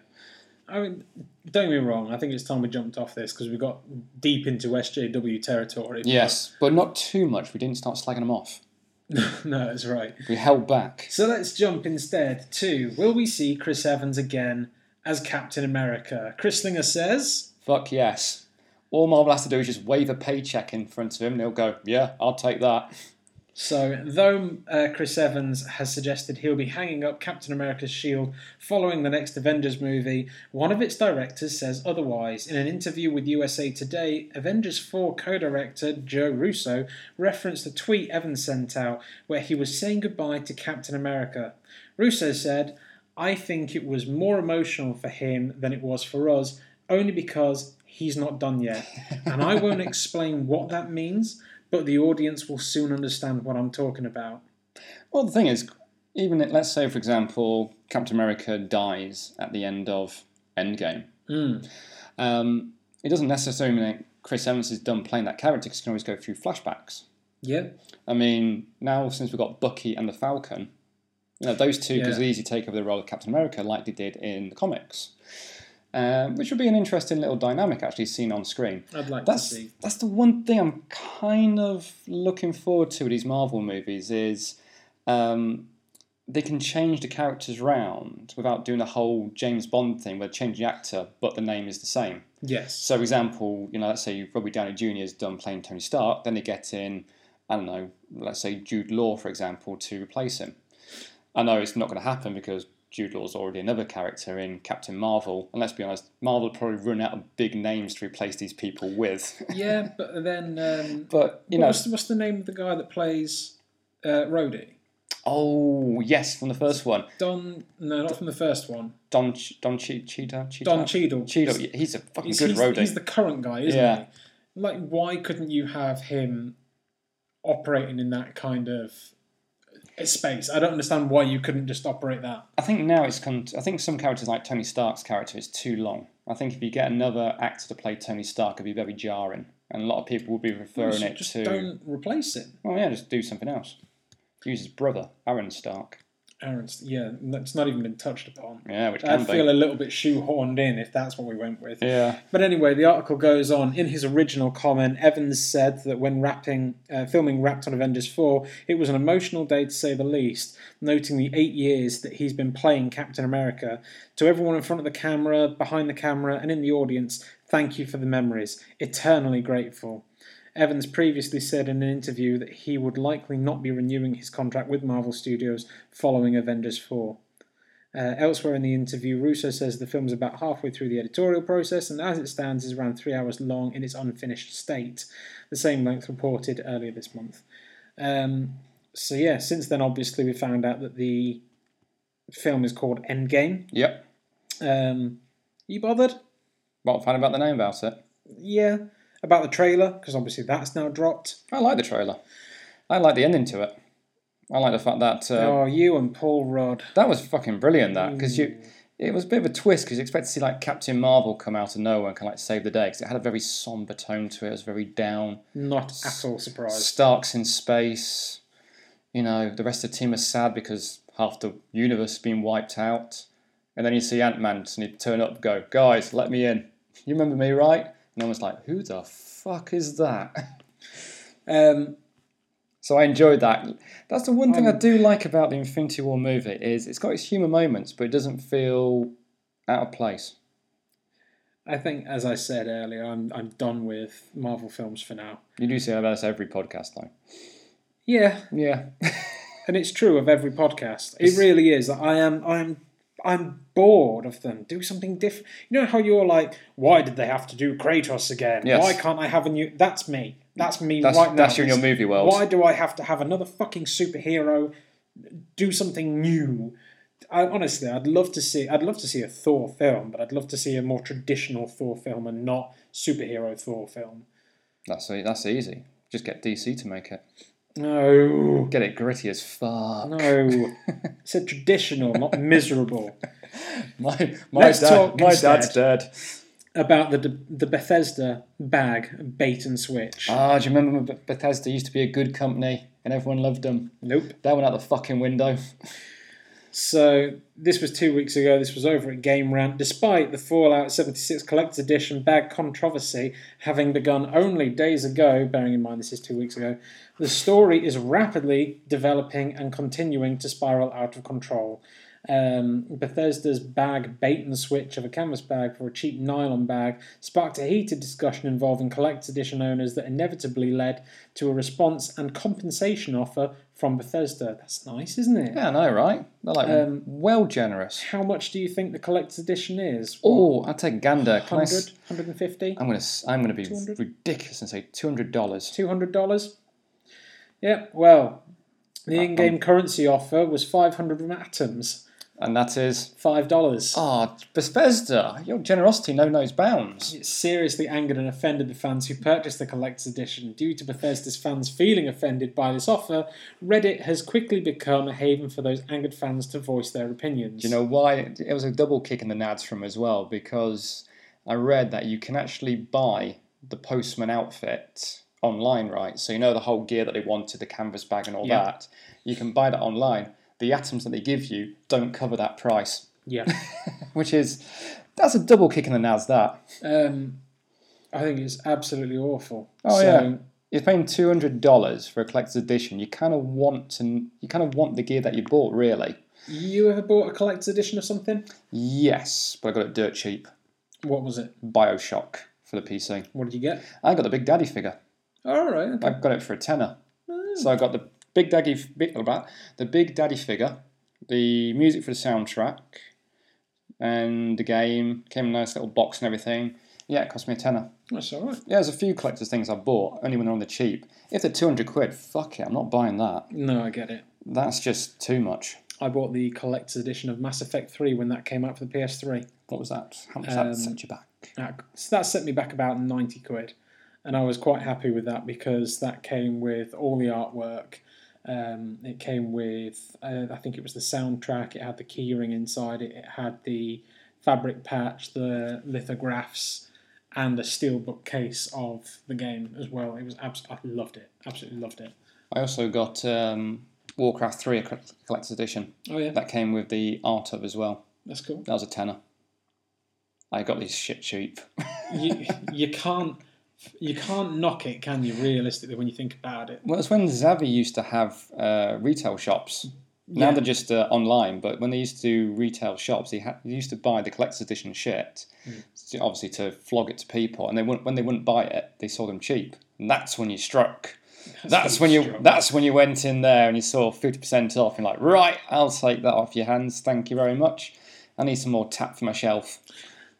[SPEAKER 1] I mean, don't get me wrong. I think it's time we jumped off this because we got deep into SJW territory.
[SPEAKER 2] Yes, but not too much. We didn't start slagging them off.
[SPEAKER 1] (laughs) no, that's right.
[SPEAKER 2] We held back.
[SPEAKER 1] So let's jump instead to Will we see Chris Evans again as Captain America? Chris Slinger says,
[SPEAKER 2] Fuck yes. All Marvel has to do is just wave a paycheck in front of him, and he'll go, "Yeah, I'll take that."
[SPEAKER 1] So, though uh, Chris Evans has suggested he'll be hanging up Captain America's shield following the next Avengers movie, one of its directors says otherwise. In an interview with USA Today, Avengers 4 co director Joe Russo referenced a tweet Evans sent out where he was saying goodbye to Captain America. Russo said, I think it was more emotional for him than it was for us, only because he's not done
[SPEAKER 2] (laughs)
[SPEAKER 1] yet. and I won't explain what that means, but the audience will soon understand what I'm talking about.
[SPEAKER 2] Well, the thing is, even if, let's say, for example, Captain America dies at the end of Endgame. Um, it doesn't necessarily mean that Chris Evans is done playing that character because you can always go through flashbacks.
[SPEAKER 1] Yeah.
[SPEAKER 2] I mean, now since we've got Bucky and the Falcon, you know, those two could
[SPEAKER 1] Yeah.
[SPEAKER 2] easily take over the role of Captain America like they did in the comics. Um, which would be an interesting little dynamic actually seen on screen.
[SPEAKER 1] I'd like
[SPEAKER 2] That's
[SPEAKER 1] to see.
[SPEAKER 2] that's the one thing I'm kind of looking forward to with these Marvel movies is um, they can change the characters round without doing the whole James Bond thing where they change the actor but the name is the same.
[SPEAKER 1] Yes.
[SPEAKER 2] So, for example, you know, let's say Robert Downey Jr. is done playing Tony Stark, then they get in, I don't know, let's say Jude Law, for example, to replace him. I know it's not going to happen because Jude Law's already another character in Captain Marvel, and let's be honest, Marvel would probably run out of big names to replace these people with. (laughs)
[SPEAKER 1] Yeah, but then um,
[SPEAKER 2] But you
[SPEAKER 1] what
[SPEAKER 2] know,
[SPEAKER 1] was- what's the name of the guy that plays uh, Rhodey?
[SPEAKER 2] oh yes, from the first one,
[SPEAKER 1] Don? No, not from the first one.
[SPEAKER 2] Don Ch- Don Che- Cheetah Cheetah
[SPEAKER 1] Don Cheadle.
[SPEAKER 2] Cheadle. yeah, He's a fucking
[SPEAKER 1] He's,
[SPEAKER 2] good
[SPEAKER 1] he's,
[SPEAKER 2] roadie.
[SPEAKER 1] he's the current guy, isn't
[SPEAKER 2] Yeah.
[SPEAKER 1] he? Like, why couldn't you have him operating in that kind of space? I don't understand why you couldn't just operate that.
[SPEAKER 2] I think now it's come. To, I think some characters like Tony Stark's character is too long. I think if you get another actor to play Tony Stark, it'd be very jarring, and a lot of people would be referring
[SPEAKER 1] Just,
[SPEAKER 2] it
[SPEAKER 1] just
[SPEAKER 2] to.
[SPEAKER 1] don't replace him.
[SPEAKER 2] Well, yeah, just do something else. Use his brother, Aaron Stark.
[SPEAKER 1] Aaron's, yeah, that's not even been touched upon.
[SPEAKER 2] Yeah, which can
[SPEAKER 1] I'd
[SPEAKER 2] be.
[SPEAKER 1] feel a little bit shoehorned in if that's what we went with.
[SPEAKER 2] yeah,
[SPEAKER 1] But anyway, the article goes on. In his original comment, Evans said that when rapping, uh, filming Wrapped on Avengers 4, it was an emotional day to say the least, noting the eight years that he's been playing Captain America. To everyone in front of the camera, behind the camera, and in the audience, thank you for the memories. Eternally grateful. Evans previously said in an interview that he would likely not be renewing his contract with Marvel Studios following Avengers 4. Uh, elsewhere in the interview, Russo says the film's about halfway through the editorial process and as it stands is around three hours long in its unfinished state, the same length reported earlier this month. Um, so, yeah, since then, obviously, we found out that the film is called Endgame.
[SPEAKER 2] yep.
[SPEAKER 1] Um, you bothered?
[SPEAKER 2] Not fan about the name about it.
[SPEAKER 1] Yeah. About the trailer, because obviously that's now dropped.
[SPEAKER 2] I like the trailer. I like the ending to it. I like the fact that uh,
[SPEAKER 1] Oh, you and Paul Rudd.
[SPEAKER 2] That was fucking brilliant. That because you, it was a bit of a twist because you expect to see like Captain Marvel come out of nowhere and kind of like save the day because it had a very somber tone to it. It was very down.
[SPEAKER 1] Not at all surprised.
[SPEAKER 2] Stark's in space. You know the rest of the team are sad because half the universe has been wiped out. And then you see Ant Man suddenly turn up, and go, guys, let me in. (laughs) You remember me, right? And I was like, who the fuck is that? (laughs)
[SPEAKER 1] Um,
[SPEAKER 2] So I enjoyed that. That's the one thing I do like about the Infinity War movie is it's got its humour moments, but it doesn't feel out of place.
[SPEAKER 1] I think, as I said earlier, I'm, I'm done with Marvel films for now.
[SPEAKER 2] You do see that's every podcast though.
[SPEAKER 1] Yeah,
[SPEAKER 2] Yeah.
[SPEAKER 1] and it's true of every podcast. It really is. I am. I am. I'm bored of them. Do something different. You know how you're like, why did they have to do Kratos again?
[SPEAKER 2] Yes.
[SPEAKER 1] Why can't I have a new? That's me. That's me (laughs)
[SPEAKER 2] That's-
[SPEAKER 1] right now.
[SPEAKER 2] that's you in your movie world.
[SPEAKER 1] Why do I have to have another fucking superhero? Do something new. I, honestly, I'd love to see. I'd love to see a Thor film, but I'd love to see a more traditional Thor film and not superhero Thor film.
[SPEAKER 2] That's e- that's easy. Just get DC to make it.
[SPEAKER 1] No.
[SPEAKER 2] Get it gritty as fuck.
[SPEAKER 1] No, it's a traditional, not miserable.
[SPEAKER 2] (laughs) My my
[SPEAKER 1] Let's
[SPEAKER 2] dad
[SPEAKER 1] talk
[SPEAKER 2] my
[SPEAKER 1] instead.
[SPEAKER 2] dad's dead.
[SPEAKER 1] about the the Bethesda bag bait and switch.
[SPEAKER 2] Ah, do you remember when Beth- Bethesda used to be a good company and everyone loved them?
[SPEAKER 1] nope.
[SPEAKER 2] That went out the fucking window. (laughs)
[SPEAKER 1] So this was two weeks ago. This was over at Game Rant. Despite the Fallout 76 Collector's Edition bag controversy having begun only days ago, bearing in mind this is two weeks ago, the story is rapidly developing and continuing to spiral out of control. Um, Bethesda's bag bait and switch of a canvas bag for a cheap nylon bag sparked a heated discussion involving collector's edition owners that inevitably led to a response and compensation offer from Bethesda. That's nice, isn't it?
[SPEAKER 2] Yeah, I know, right? They're like
[SPEAKER 1] Um,
[SPEAKER 2] well generous.
[SPEAKER 1] How much do you think the collector's edition is?
[SPEAKER 2] Oh, I'd take gander. Can I
[SPEAKER 1] 100,
[SPEAKER 2] s-
[SPEAKER 1] 150?
[SPEAKER 2] I'm gonna s- I'm gonna be
[SPEAKER 1] 200?
[SPEAKER 2] ridiculous and say two hundred dollars.
[SPEAKER 1] two hundred dollars. Yeah, well, the
[SPEAKER 2] Uh, um,
[SPEAKER 1] in-game currency offer was five hundred atoms,
[SPEAKER 2] And that is
[SPEAKER 1] five dollars.
[SPEAKER 2] Ah, Bethesda, your generosity no knows bounds.
[SPEAKER 1] It seriously angered and offended the fans who purchased the collector's edition. Due to Bethesda's fans feeling offended by this offer, Reddit has quickly become a haven for those angered fans to voice their opinions.
[SPEAKER 2] Do you know why? It was a double kick in the nads from as well because I read that you can actually buy the postman outfit online, right? So you know the whole gear that they wanted, the canvas bag and all
[SPEAKER 1] Yeah.
[SPEAKER 2] that. You can buy that online. The atoms that they give you don't cover that price,
[SPEAKER 1] Yeah, (laughs)
[SPEAKER 2] which is that's a double kick in the nads. That
[SPEAKER 1] um, I think it's absolutely awful.
[SPEAKER 2] Oh,
[SPEAKER 1] so,
[SPEAKER 2] yeah. you're paying two hundred dollars for a collector's edition. You kind of want to, you kind of want the gear that you bought, really.
[SPEAKER 1] You ever bought a collector's edition of something?
[SPEAKER 2] Yes, but I got it dirt cheap.
[SPEAKER 1] What was it?
[SPEAKER 2] Bioshock for the PC.
[SPEAKER 1] What did you get?
[SPEAKER 2] I got the Big Daddy figure.
[SPEAKER 1] All right. okay.
[SPEAKER 2] I got it for a tenner. So I got the Big Daddy, big, the Big Daddy figure, the music for the soundtrack, and the game. Came in a nice little box and everything. Yeah, it cost me a tenner.
[SPEAKER 1] That's all right.
[SPEAKER 2] Yeah, there's a few collector's things I bought, only when they're on the cheap. If they're 200 quid, fuck it, I'm not buying that.
[SPEAKER 1] No, I get it.
[SPEAKER 2] That's just too much.
[SPEAKER 1] I bought the collector's edition of Mass Effect 3 when that came out for the PS3.
[SPEAKER 2] What was that? How much
[SPEAKER 1] Um,
[SPEAKER 2] that set you back?
[SPEAKER 1] That, so that set me back about 90 quid. And I was quite happy with that because that came with all the artwork. Um, it came with, uh, I think it was the soundtrack, it had the keyring inside it, it had the fabric patch, the lithographs, and a steelbook case of the game as well. It was abs- I loved it, absolutely loved it.
[SPEAKER 2] I also got um, Warcraft 3 a collect- collector's edition.
[SPEAKER 1] Oh, yeah,
[SPEAKER 2] That came with the art of as well.
[SPEAKER 1] that's cool.
[SPEAKER 2] That was a tenner. I got these shit cheap. (laughs)
[SPEAKER 1] you, you can't you can't knock it, can you? Realistically, when you think about it,
[SPEAKER 2] Well, it's when Zavi used to have uh, retail shops. Now
[SPEAKER 1] Yeah.
[SPEAKER 2] they're just uh, online, but when they used to do retail shops, they, ha- they used to buy the collector's edition shit, so obviously to flog it to people. And they wouldn't, when they wouldn't buy it, they sold them cheap. And that's when you struck. That's, when you.
[SPEAKER 1] struck.
[SPEAKER 2] That's when you went in there and you saw fifty percent off. And you're like, right, I'll take that off your hands. Thank you very much. I need some more tap for my shelf.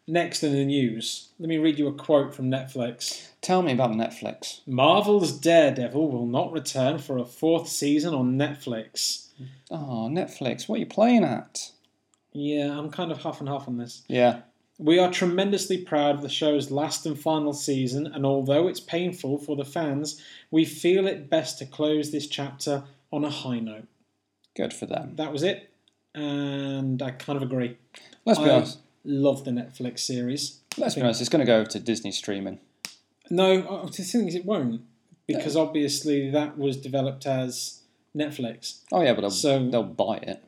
[SPEAKER 1] next in the news, let me read you a quote from Netflix:
[SPEAKER 2] Tell me about Netflix.
[SPEAKER 1] "Marvel's Daredevil will not return for a fourth season on Netflix."
[SPEAKER 2] Oh, Netflix, what are you playing at?
[SPEAKER 1] Yeah, I'm kind of half and half on this.
[SPEAKER 2] Yeah,
[SPEAKER 1] We are tremendously proud of the show's last and final season, and although it's painful for the fans, we feel it best to close this chapter on a high note.
[SPEAKER 2] good for them.
[SPEAKER 1] That was it, and I kind of agree.
[SPEAKER 2] Let's be
[SPEAKER 1] I-
[SPEAKER 2] honest.
[SPEAKER 1] Love the Netflix series.
[SPEAKER 2] Let's be honest, it's going to go to Disney streaming.
[SPEAKER 1] No, uh, the thing is, it won't because obviously that was developed as Netflix.
[SPEAKER 2] Oh yeah, but they'll,
[SPEAKER 1] So-
[SPEAKER 2] they'll buy it.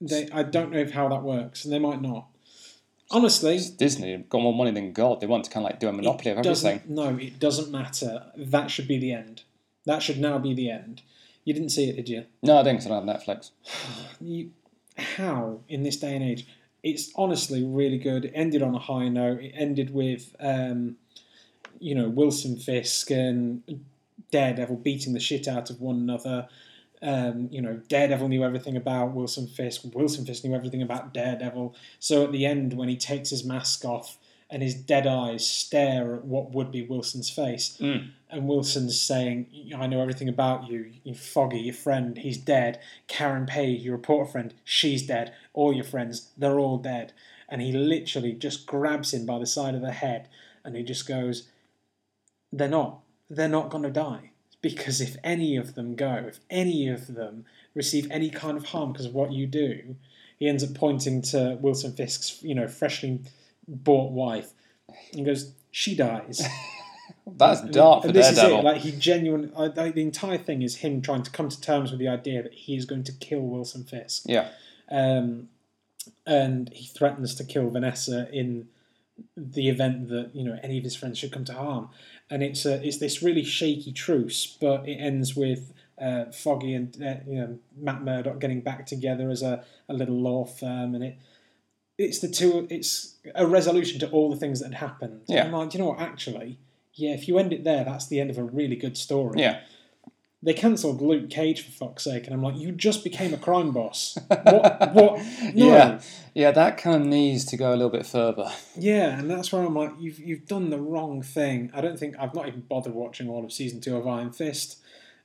[SPEAKER 1] They, I don't know if how that works, and they might not. Honestly,
[SPEAKER 2] It's Disney have got more money than God. They want to kind of like do a monopoly of everything.
[SPEAKER 1] doesn't no, it doesn't matter. That should be the end. That should now be the end. You didn't see it, did you?
[SPEAKER 2] No, I don't because I don't have Netflix.
[SPEAKER 1] you how in this day and age? It's honestly really good. It ended on a high note. It ended with, um, you know, Wilson Fisk and Daredevil beating the shit out of one another. Um, you know, Daredevil knew everything about Wilson Fisk. Wilson Fisk knew everything about Daredevil. So at the end, when he takes his mask off and his dead eyes stare at what would be Wilson's face, and Wilson's saying, "I know everything about you. You Foggy, your friend, he's dead. Karen Page, your reporter friend, she's dead. All your friends, they're all dead." And he literally just grabs him by the side of the head, and he just goes, "They're not. They're not going to die." Because if any of them go, if any of them receive any kind of harm because of what you do, he ends up pointing to Wilson Fisk's, you know, freshly bought wife, and goes, "She dies."
[SPEAKER 2] That's dark for
[SPEAKER 1] And this
[SPEAKER 2] Daredevil.
[SPEAKER 1] is it. Like he genuinely, like, like, the entire thing is him trying to come to terms with the idea that he is going to kill Wilson Fisk,
[SPEAKER 2] yeah,
[SPEAKER 1] um, and he threatens to kill Vanessa in the event that you know any of his friends should come to harm. And it's a, it's this really shaky truce, but it ends with uh, Foggy and uh, you know Matt Murdock getting back together as a, a little law firm, and it it's the two. It's a resolution to all the things that had happened.
[SPEAKER 2] Yeah.
[SPEAKER 1] And I'm like, "Do you know what? Actually, yeah. If you end it there, that's the end of a really good story.
[SPEAKER 2] Yeah.
[SPEAKER 1] They cancelled Luke Cage for fuck's sake, and I'm like, you just became a crime boss. what?
[SPEAKER 2] (laughs)
[SPEAKER 1] What? No.
[SPEAKER 2] Yeah. Yeah, that kind of needs to go a little bit further.
[SPEAKER 1] Yeah, and that's where I'm like, you've you've done the wrong thing. I don't think I've not even bothered watching all of season two of Iron Fist.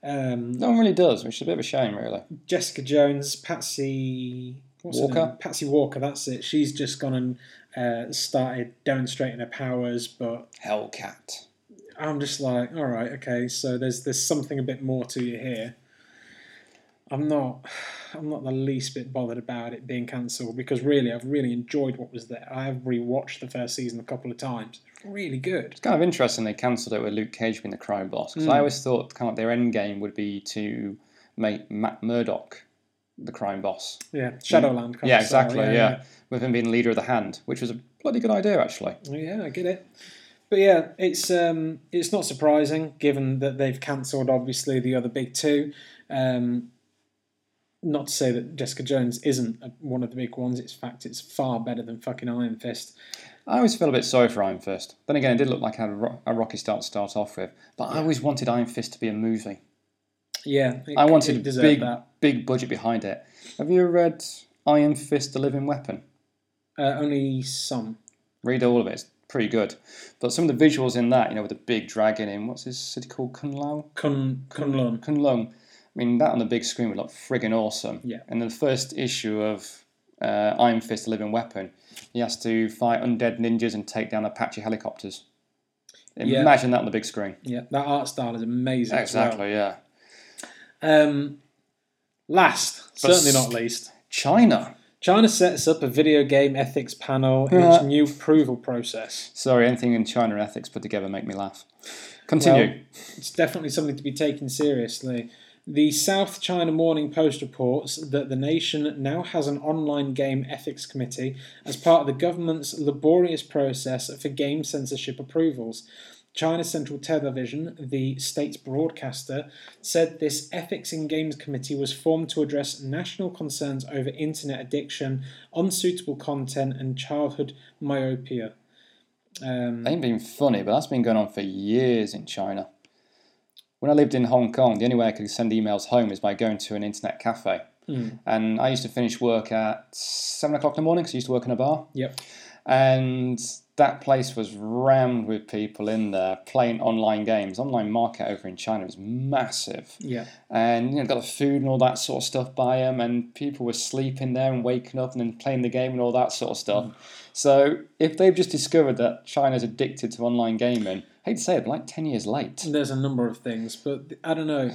[SPEAKER 1] Um,
[SPEAKER 2] No one really does, which is a bit of a shame, really.
[SPEAKER 1] Jessica Jones, Patsy what's her
[SPEAKER 2] Walker?
[SPEAKER 1] name? Patsy Walker. That's it. She's just gone and uh, started demonstrating her powers, but
[SPEAKER 2] Hellcat.
[SPEAKER 1] I'm just like, all right, okay. So there's there's something a bit more to you here. I'm not, I'm not the least bit bothered about it being cancelled because really, I've really enjoyed what was there. I have rewatched the first season a couple of times. It's really good.
[SPEAKER 2] It's kind of interesting they cancelled it with Luke Cage being the crime boss because
[SPEAKER 1] Hmm.
[SPEAKER 2] I always thought kind of their end game would be to make Matt Murdock the crime boss.
[SPEAKER 1] Yeah, Shadowland. Kind
[SPEAKER 2] yeah,
[SPEAKER 1] of style,
[SPEAKER 2] exactly. Yeah, with him being leader of the hand, which was a bloody good idea actually.
[SPEAKER 1] yeah, I get it. But yeah, it's um, it's not surprising given that they've cancelled obviously the other big two. Um, not to say that Jessica Jones isn't a- one of the big ones. It's fact, it's far better than fucking Iron Fist.
[SPEAKER 2] I always feel a bit sorry for Iron Fist. Then again, it did look like it had a, ro- a rocky start to start off with, but I always wanted Iron Fist to be a movie.
[SPEAKER 1] Yeah, it-
[SPEAKER 2] I
[SPEAKER 1] it
[SPEAKER 2] wanted a
[SPEAKER 1] deserved
[SPEAKER 2] big,
[SPEAKER 1] that.
[SPEAKER 2] big budget behind it. Have you read Iron Fist: The Living Weapon?
[SPEAKER 1] Uh, only some.
[SPEAKER 2] read all of it. It's pretty good. But some of the visuals in that, you know, with the big dragon in what's his city called, Kunlao,
[SPEAKER 1] Kun Kunlun.
[SPEAKER 2] Kunlung. I mean, that on the big screen would look friggin' awesome.
[SPEAKER 1] Yeah.
[SPEAKER 2] And the first issue of uh, Iron Fist: The Living Weapon, he has to fight undead ninjas and take down Apache helicopters.
[SPEAKER 1] Yeah.
[SPEAKER 2] Imagine that on the big screen.
[SPEAKER 1] Yeah, that art style is amazing. as well.
[SPEAKER 2] Exactly. Yeah.
[SPEAKER 1] Um, last, certainly not least.
[SPEAKER 2] China.
[SPEAKER 1] China sets up a video game ethics panel in its
[SPEAKER 2] Yeah.
[SPEAKER 1] new approval process.
[SPEAKER 2] Sorry, anything in China ethics put together make me laugh. Continue.
[SPEAKER 1] It's definitely something to be taken seriously. The South China Morning Post reports that the nation now has an online game ethics committee as part of the government's laborious process for game censorship approvals. China Central Television, the state's broadcaster, said this Ethics in Games Committee was formed to address national concerns over internet addiction, unsuitable content, and childhood myopia. Um,
[SPEAKER 2] They ain't been funny, but that's been going on for years in China. When I lived in Hong Kong, the only way I could send emails home is by going to an internet cafe. And I used to finish work at seven o'clock in the morning because I used to work in a bar.
[SPEAKER 1] yep.
[SPEAKER 2] And that place was rammed with people in there playing online games. Online market over in China is massive.
[SPEAKER 1] Yeah.
[SPEAKER 2] And you know, got the food and all that sort of stuff by them, and people were sleeping there and waking up and then playing the game and all that sort of stuff. So if they've just discovered that China's addicted to online gaming, hate to say it, but like ten years late.
[SPEAKER 1] There's a number of things, but th- I don't know.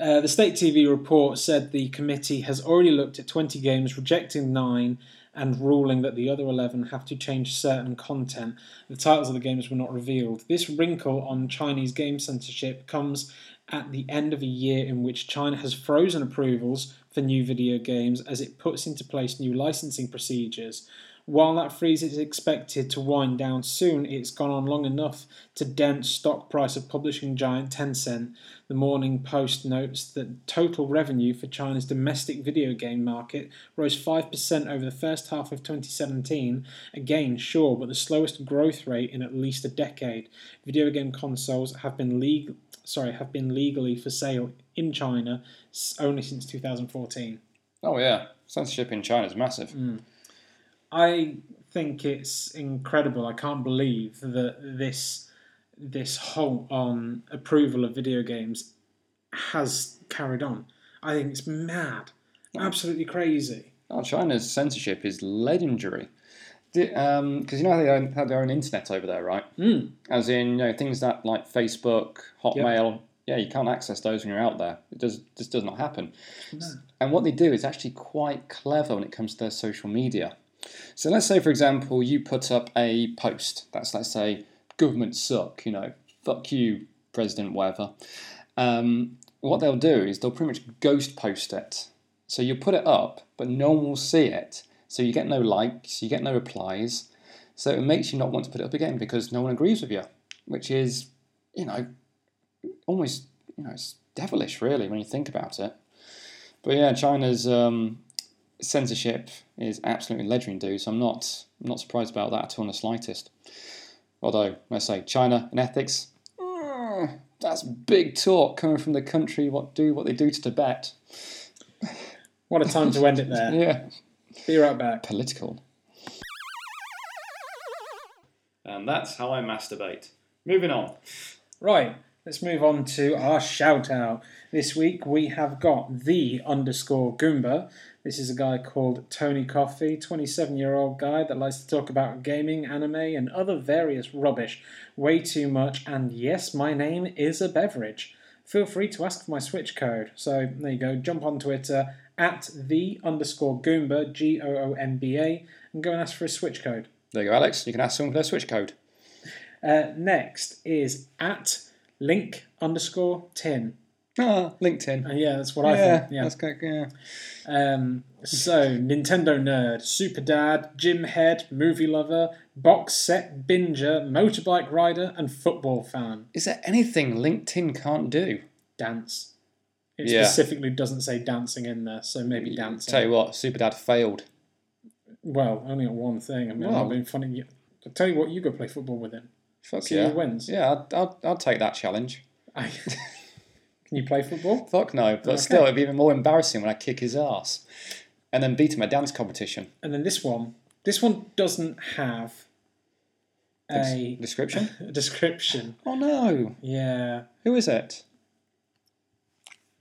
[SPEAKER 1] Uh, the state TV report said the committee has already looked at 20 games, rejecting nine and ruling that the other 11 have to change certain content. The titles of the games were not revealed. This wrinkle on Chinese game censorship comes at the end of a year in which China has frozen approvals for new video games as it puts into place new licensing procedures. While that freeze is expected to wind down soon, it's gone on long enough to dent stock price of publishing giant Tencent. The Morning Post notes that total revenue for China's domestic video game market rose 5% over the first half of 2017. Again, sure, but the slowest growth rate in at least a decade. Video game consoles have been legal sorry, have been legally for sale in China s- only since 2014.
[SPEAKER 2] Oh yeah, censorship in China is massive.
[SPEAKER 1] I think it's incredible. I can't believe that this this halt on approval of video games has carried on. I think it's mad, absolutely crazy.
[SPEAKER 2] Oh, China's censorship is legendary. Because you know how they own, have their own internet over there, right?
[SPEAKER 1] Mm.
[SPEAKER 2] As in, you know, things that like Facebook, Hotmail. Yeah, you can't access those when you're out there. It does just does not happen. And what they do is actually quite clever when it comes to their social media. So let's say, for example, you put up a post that's let's say government suck, you know, fuck you, president, whatever. Um, what they'll do is they'll pretty much ghost post it. So you put it up, but no one will see it. So you get no likes, you get no replies. So it makes you not want to put it up again because no one agrees with you, which is, you know, almost you know, it's devilish, really, when you think about it. But yeah, China's um, censorship is absolutely legendary, dude. So I'm not I'm not surprised about that at all in the slightest. Although, let's say China and ethics, mm, that's big talk coming from the country. What do what they do to Tibet?
[SPEAKER 1] What a time to end it there.
[SPEAKER 2] Yeah,
[SPEAKER 1] (laughs) Be right back.
[SPEAKER 2] political. And that's how I masturbate. Moving on.
[SPEAKER 1] Right, let's move on to our shout out. This week we have got the underscore Goomba. This is a guy called Tony Coffey, 27 year old guy that likes to talk about gaming, anime, and other various rubbish way too much. And yes, my name is a beverage. Feel free to ask for my Switch code. So there you go, jump on Twitter at the underscore Goomba, G O O M B A, and go and ask for a Switch code.
[SPEAKER 2] There you go, Alex. You can ask someone for their switch code.
[SPEAKER 1] Uh, next is at link underscore tin.
[SPEAKER 2] Ah, LinkedIn.
[SPEAKER 1] Uh, yeah, that's what I
[SPEAKER 2] yeah,
[SPEAKER 1] think. Yeah.
[SPEAKER 2] that's good. Yeah.
[SPEAKER 1] Um, so Nintendo nerd, super dad, gym head, movie lover, box set binger, motorbike rider, and football fan.
[SPEAKER 2] Is there anything LinkedIn can't do?
[SPEAKER 1] Dance. It
[SPEAKER 2] Yeah. Mm,
[SPEAKER 1] specifically doesn't say dancing in there, so maybe dancing.
[SPEAKER 2] Tell you what, Superdad failed.
[SPEAKER 1] Well, only at one thing. I mean, I'm
[SPEAKER 2] Well.
[SPEAKER 1] not being funny. You- I tell you what, you go play football with him.
[SPEAKER 2] Fuck
[SPEAKER 1] See
[SPEAKER 2] yeah.
[SPEAKER 1] who wins.
[SPEAKER 2] Yeah, I'd, I'd, I'd take that challenge. (laughs)
[SPEAKER 1] I- Can you play football?
[SPEAKER 2] Fuck no, but still, it'd be even more embarrassing when I kick his ass and then beat him at dance competition.
[SPEAKER 1] And then this one, this one doesn't have a
[SPEAKER 2] Description?
[SPEAKER 1] description.
[SPEAKER 2] oh no,
[SPEAKER 1] Yeah.
[SPEAKER 2] who is it?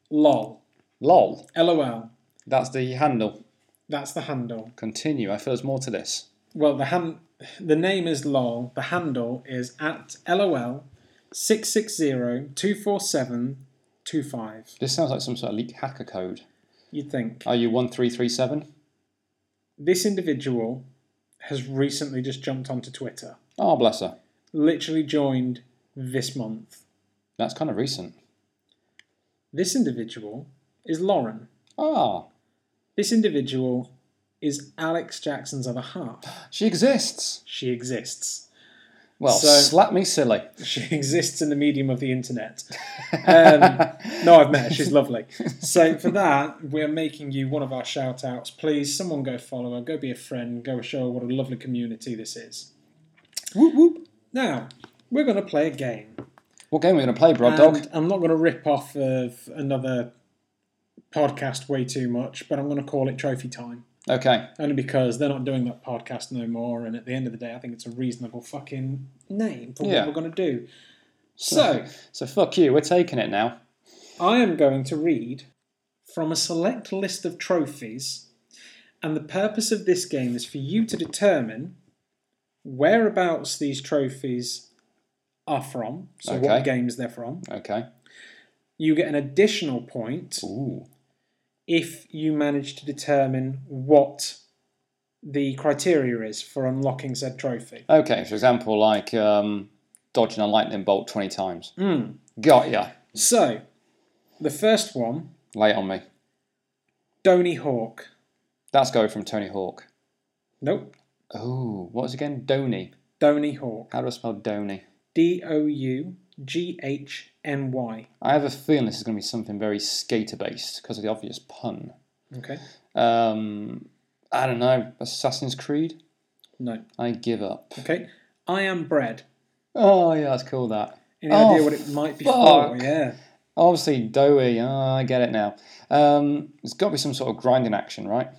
[SPEAKER 1] Lol.
[SPEAKER 2] Lol.
[SPEAKER 1] LOL.
[SPEAKER 2] That's the handle.
[SPEAKER 1] That's the handle.
[SPEAKER 2] Continue. I feel there's more to this.
[SPEAKER 1] Well, the hand, the name is lol. The handle is at lol six six zero two four seven two five.
[SPEAKER 2] This sounds like some sort of leaked hacker code.
[SPEAKER 1] You'd think
[SPEAKER 2] Are you one three three seven?
[SPEAKER 1] this individual has recently just jumped onto Twitter.
[SPEAKER 2] Oh bless her.
[SPEAKER 1] Literally joined this month.
[SPEAKER 2] That's kind of recent.
[SPEAKER 1] This individual is Lauren.
[SPEAKER 2] Ah,
[SPEAKER 1] This individual is Alex Jackson's other half.
[SPEAKER 2] she exists.
[SPEAKER 1] She exists.
[SPEAKER 2] Well,
[SPEAKER 1] So-
[SPEAKER 2] slap me silly.
[SPEAKER 1] She (laughs) exists in the medium of the internet.
[SPEAKER 2] (laughs)
[SPEAKER 1] Um, no, I've met her. She's lovely. So for that, we're making you one of our shout outs. Please, someone go follow her, go be a friend, go show her what a lovely community this is.
[SPEAKER 2] Whoop, whoop.
[SPEAKER 1] Now, we're going to play a game.
[SPEAKER 2] What game are we going to play, Brod Dog?
[SPEAKER 1] And I'm not going to rip off of another podcast way too much, but I'm going to call it Trophy Time.
[SPEAKER 2] Okay.
[SPEAKER 1] Only because they're not doing that podcast no more, and at the end of the day, I think it's a reasonable fucking name for
[SPEAKER 2] Yeah.
[SPEAKER 1] what we're going to do. (laughs) So,
[SPEAKER 2] So fuck you. We're taking it now.
[SPEAKER 1] I am going to read from a select list of trophies, and the purpose of this game is for you to determine whereabouts these trophies are from, so
[SPEAKER 2] Okay.
[SPEAKER 1] what games they're from.
[SPEAKER 2] Okay.
[SPEAKER 1] You get an additional point
[SPEAKER 2] Ooh.
[SPEAKER 1] if you manage to determine what the criteria is for unlocking said trophy.
[SPEAKER 2] Okay. For example, like um, dodging a lightning bolt twenty times.
[SPEAKER 1] Mm.
[SPEAKER 2] Got ya.
[SPEAKER 1] So, the first one,
[SPEAKER 2] Lay it on me.
[SPEAKER 1] Donny Hawk.
[SPEAKER 2] That's go from Tony Hawk.
[SPEAKER 1] Nope,
[SPEAKER 2] Ooh. What was again? Donny.
[SPEAKER 1] Donny Hawk.
[SPEAKER 2] How do I spell Donny?
[SPEAKER 1] D O U G H N Y.
[SPEAKER 2] I have a feeling this is going to be something very skater based because of the obvious pun.
[SPEAKER 1] Okay.
[SPEAKER 2] Um, I don't know. Assassin's Creed.
[SPEAKER 1] No.
[SPEAKER 2] I give up.
[SPEAKER 1] Okay. I am bread.
[SPEAKER 2] Oh yeah, that's cool. That.
[SPEAKER 1] Any
[SPEAKER 2] Oh,
[SPEAKER 1] idea what it might be for?
[SPEAKER 2] fuck.
[SPEAKER 1] Yeah.
[SPEAKER 2] Obviously, doughy. Ah, I get it now. Um, it's got to be some sort of grinding action, right?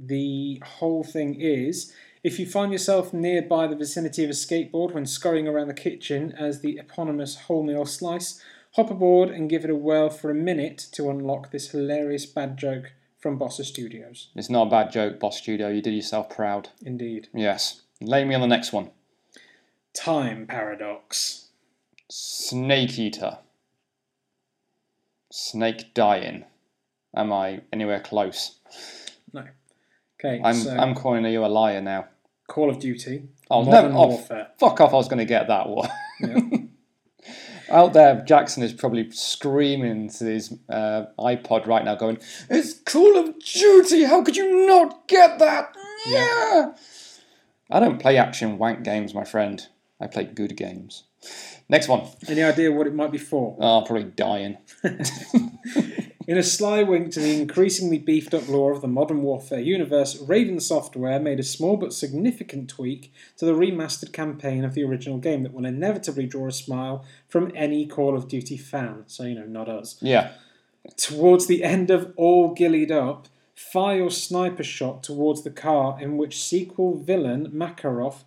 [SPEAKER 1] The whole thing is if you find yourself nearby the vicinity of a skateboard when scurrying around the kitchen as the eponymous wholemeal slice, hop aboard and give it a whirl for a minute to unlock this hilarious bad joke from Bossa Studios.
[SPEAKER 2] It's not a bad joke, Boss Studio. You did yourself proud.
[SPEAKER 1] Indeed.
[SPEAKER 2] Yes. Lay me on the next one.
[SPEAKER 1] Time paradox.
[SPEAKER 2] Snake Eater. Snake dying. Am I anywhere close?
[SPEAKER 1] No. Okay,
[SPEAKER 2] I'm
[SPEAKER 1] so
[SPEAKER 2] I'm calling you a liar now.
[SPEAKER 1] Call of Duty.
[SPEAKER 2] Oh,
[SPEAKER 1] Modern
[SPEAKER 2] no, oh,
[SPEAKER 1] Warfare.
[SPEAKER 2] Fuck off! I was going to get that one. (laughs) Out there, Jackson is probably screaming to his uh, iPod right now, going, "It's Call of Duty! How could you not get that?" Yeah. I don't play action wank games, my friend. I play good games. Next one.
[SPEAKER 1] Any idea what it might be for?
[SPEAKER 2] Oh, probably dying.
[SPEAKER 1] In a sly wink to the increasingly beefed up lore of the Modern Warfare universe, Raven Software made a small but significant tweak to the remastered campaign of the original game that will inevitably draw a smile from any Call of Duty fan. So, you know, not us.
[SPEAKER 2] Yeah.
[SPEAKER 1] Towards the end of All Gillied Up, fire your sniper shot towards the car in which sequel villain Makarov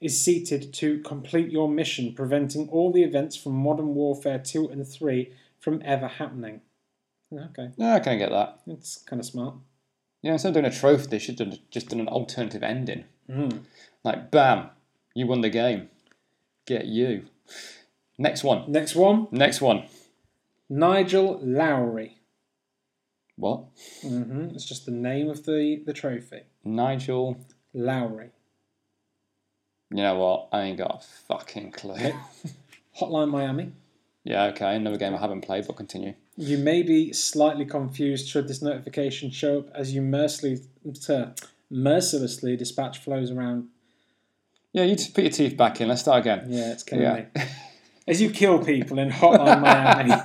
[SPEAKER 1] is seated to complete your mission, preventing all the events from Modern Warfare 2 and 3 from ever happening. Okay,
[SPEAKER 2] No, I Ah, can get that.
[SPEAKER 1] that's kind of smart.
[SPEAKER 2] Yeah, instead of doing a trophy, they should have done- just done an alternative ending. Like, bam, you won the game. Get you. Next one.
[SPEAKER 1] Next one
[SPEAKER 2] Next one.
[SPEAKER 1] Nigel Lowry.
[SPEAKER 2] What?
[SPEAKER 1] hmm It's just the name of the, the trophy.
[SPEAKER 2] Nigel.
[SPEAKER 1] Lowry.
[SPEAKER 2] You know what? I ain't got a fucking clue.
[SPEAKER 1] Hotline Miami.
[SPEAKER 2] yeah, okay. Another game I haven't played, but continue.
[SPEAKER 1] You may be slightly confused should this notification show up as you mercilessly, t- mercilessly dispatch flows around.
[SPEAKER 2] Yeah, you just put your teeth back in. Let's start again.
[SPEAKER 1] Yeah, it's killing
[SPEAKER 2] Yeah.
[SPEAKER 1] me. As you kill people in Hotline
[SPEAKER 2] (laughs)
[SPEAKER 1] Miami.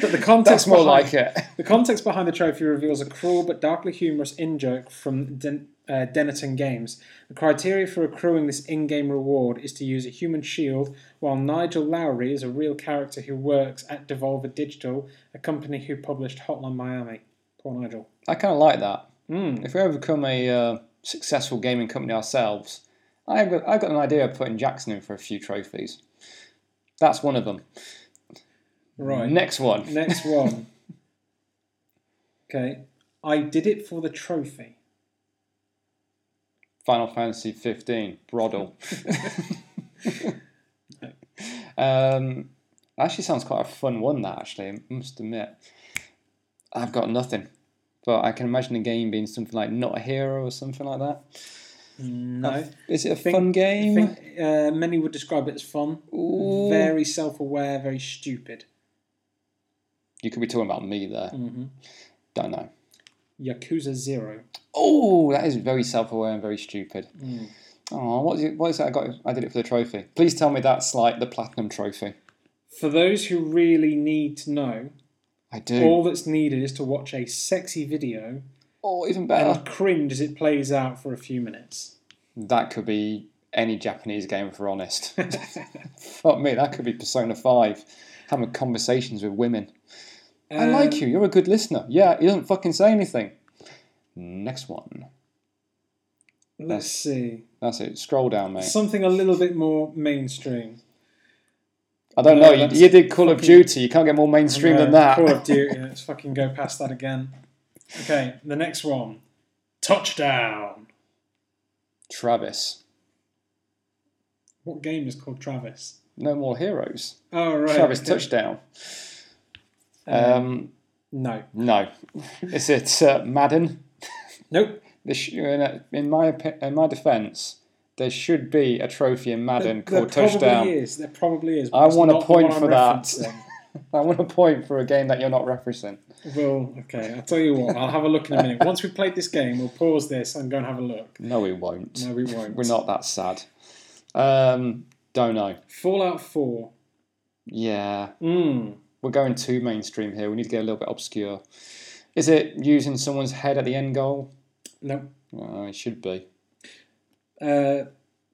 [SPEAKER 1] But the context
[SPEAKER 2] That's more
[SPEAKER 1] behind-
[SPEAKER 2] like it. (laughs)
[SPEAKER 1] The context behind the trophy reveals a cruel but darkly humorous in joke from Den- uh, Denetton Games. The criteria for accruing this in game reward is to use a human shield, while Nigel Lowry is a real character who works at Devolver Digital, a company who published Hotline Miami. Poor Nigel.
[SPEAKER 2] I kind of like that. Hmm, If we ever become a uh, successful gaming company ourselves, I've got, I've got an idea of putting Jackson in for a few trophies. That's one of them.
[SPEAKER 1] Right.
[SPEAKER 2] Next one.
[SPEAKER 1] Next one. Okay. I did it for the trophy.
[SPEAKER 2] Final Fantasy 15,
[SPEAKER 1] (laughs)
[SPEAKER 2] Broddle. um, actually sounds quite a fun one, that actually, I must admit. I've got nothing. But I can imagine the game being something like Not a Hero or something like that.
[SPEAKER 1] No.
[SPEAKER 2] Is it a
[SPEAKER 1] think-
[SPEAKER 2] fun
[SPEAKER 1] I
[SPEAKER 2] game?
[SPEAKER 1] think uh, many would describe it as fun.
[SPEAKER 2] Ooh.
[SPEAKER 1] Very self aware, very stupid.
[SPEAKER 2] You could be talking about me there.
[SPEAKER 1] Mm-hmm.
[SPEAKER 2] Don't know.
[SPEAKER 1] Yakuza Zero.
[SPEAKER 2] Oh, that is very self-aware and very stupid.
[SPEAKER 1] Mm.
[SPEAKER 2] Oh, what is it? What is it? I got. I did it for the trophy. Please tell me that's like the platinum trophy.
[SPEAKER 1] For those who really need to know,
[SPEAKER 2] I do. Oh,
[SPEAKER 1] all that's needed is to watch a sexy video
[SPEAKER 2] Oh, even better.
[SPEAKER 1] and cringe as it plays out for a few minutes.
[SPEAKER 2] That could be any Japanese game if we're honest. (laughs) Fuck me, that could be Persona Five. Having conversations with women. I
[SPEAKER 1] Uh, Um,
[SPEAKER 2] like you. You're a good listener. Yeah, he doesn't fucking say anything. Next one.
[SPEAKER 1] Let's see.
[SPEAKER 2] That's it. Scroll down, mate.
[SPEAKER 1] Something a little bit more mainstream.
[SPEAKER 2] I don't
[SPEAKER 1] No,
[SPEAKER 2] know. You,
[SPEAKER 1] uh, that's
[SPEAKER 2] you did Call of
[SPEAKER 1] fucking-
[SPEAKER 2] Duty. You can't get more mainstream than
[SPEAKER 1] No,
[SPEAKER 2] that.
[SPEAKER 1] Uh, Call
[SPEAKER 2] (laughs)
[SPEAKER 1] of Duty. Let's fucking go past that again. Okay, the next one. Touchdown.
[SPEAKER 2] Travis.
[SPEAKER 1] What game is called Travis?
[SPEAKER 2] No more heroes.
[SPEAKER 1] Oh, right.
[SPEAKER 2] Travis
[SPEAKER 1] okay.
[SPEAKER 2] touchdown. Um,
[SPEAKER 1] No.
[SPEAKER 2] no, (laughs) is it uh, Madden?
[SPEAKER 1] Nope.
[SPEAKER 2] There sh- in, uh, in my opi- in my defence, there should be a trophy in Madden
[SPEAKER 1] There
[SPEAKER 2] called touchdown.
[SPEAKER 1] probably is. There probably is. but
[SPEAKER 2] I
[SPEAKER 1] it's
[SPEAKER 2] want a
[SPEAKER 1] not the
[SPEAKER 2] point
[SPEAKER 1] one I'm
[SPEAKER 2] for that. (laughs)
[SPEAKER 1] referencing.
[SPEAKER 2] I want a point for a game that you're not referencing.
[SPEAKER 1] Well, okay. I'll tell you what. I'll have a look in a minute. Once we've played this game, we'll pause this and go and have a look.
[SPEAKER 2] No, we won't.
[SPEAKER 1] No, we won't.
[SPEAKER 2] We're not that sad. Um, don't know.
[SPEAKER 1] Fallout Four.
[SPEAKER 2] Yeah,
[SPEAKER 1] Mm.
[SPEAKER 2] we're going too mainstream here. We need to get a little bit obscure. Is it using someone's head at the end goal?
[SPEAKER 1] No.
[SPEAKER 2] Uh, it should be.
[SPEAKER 1] Uh,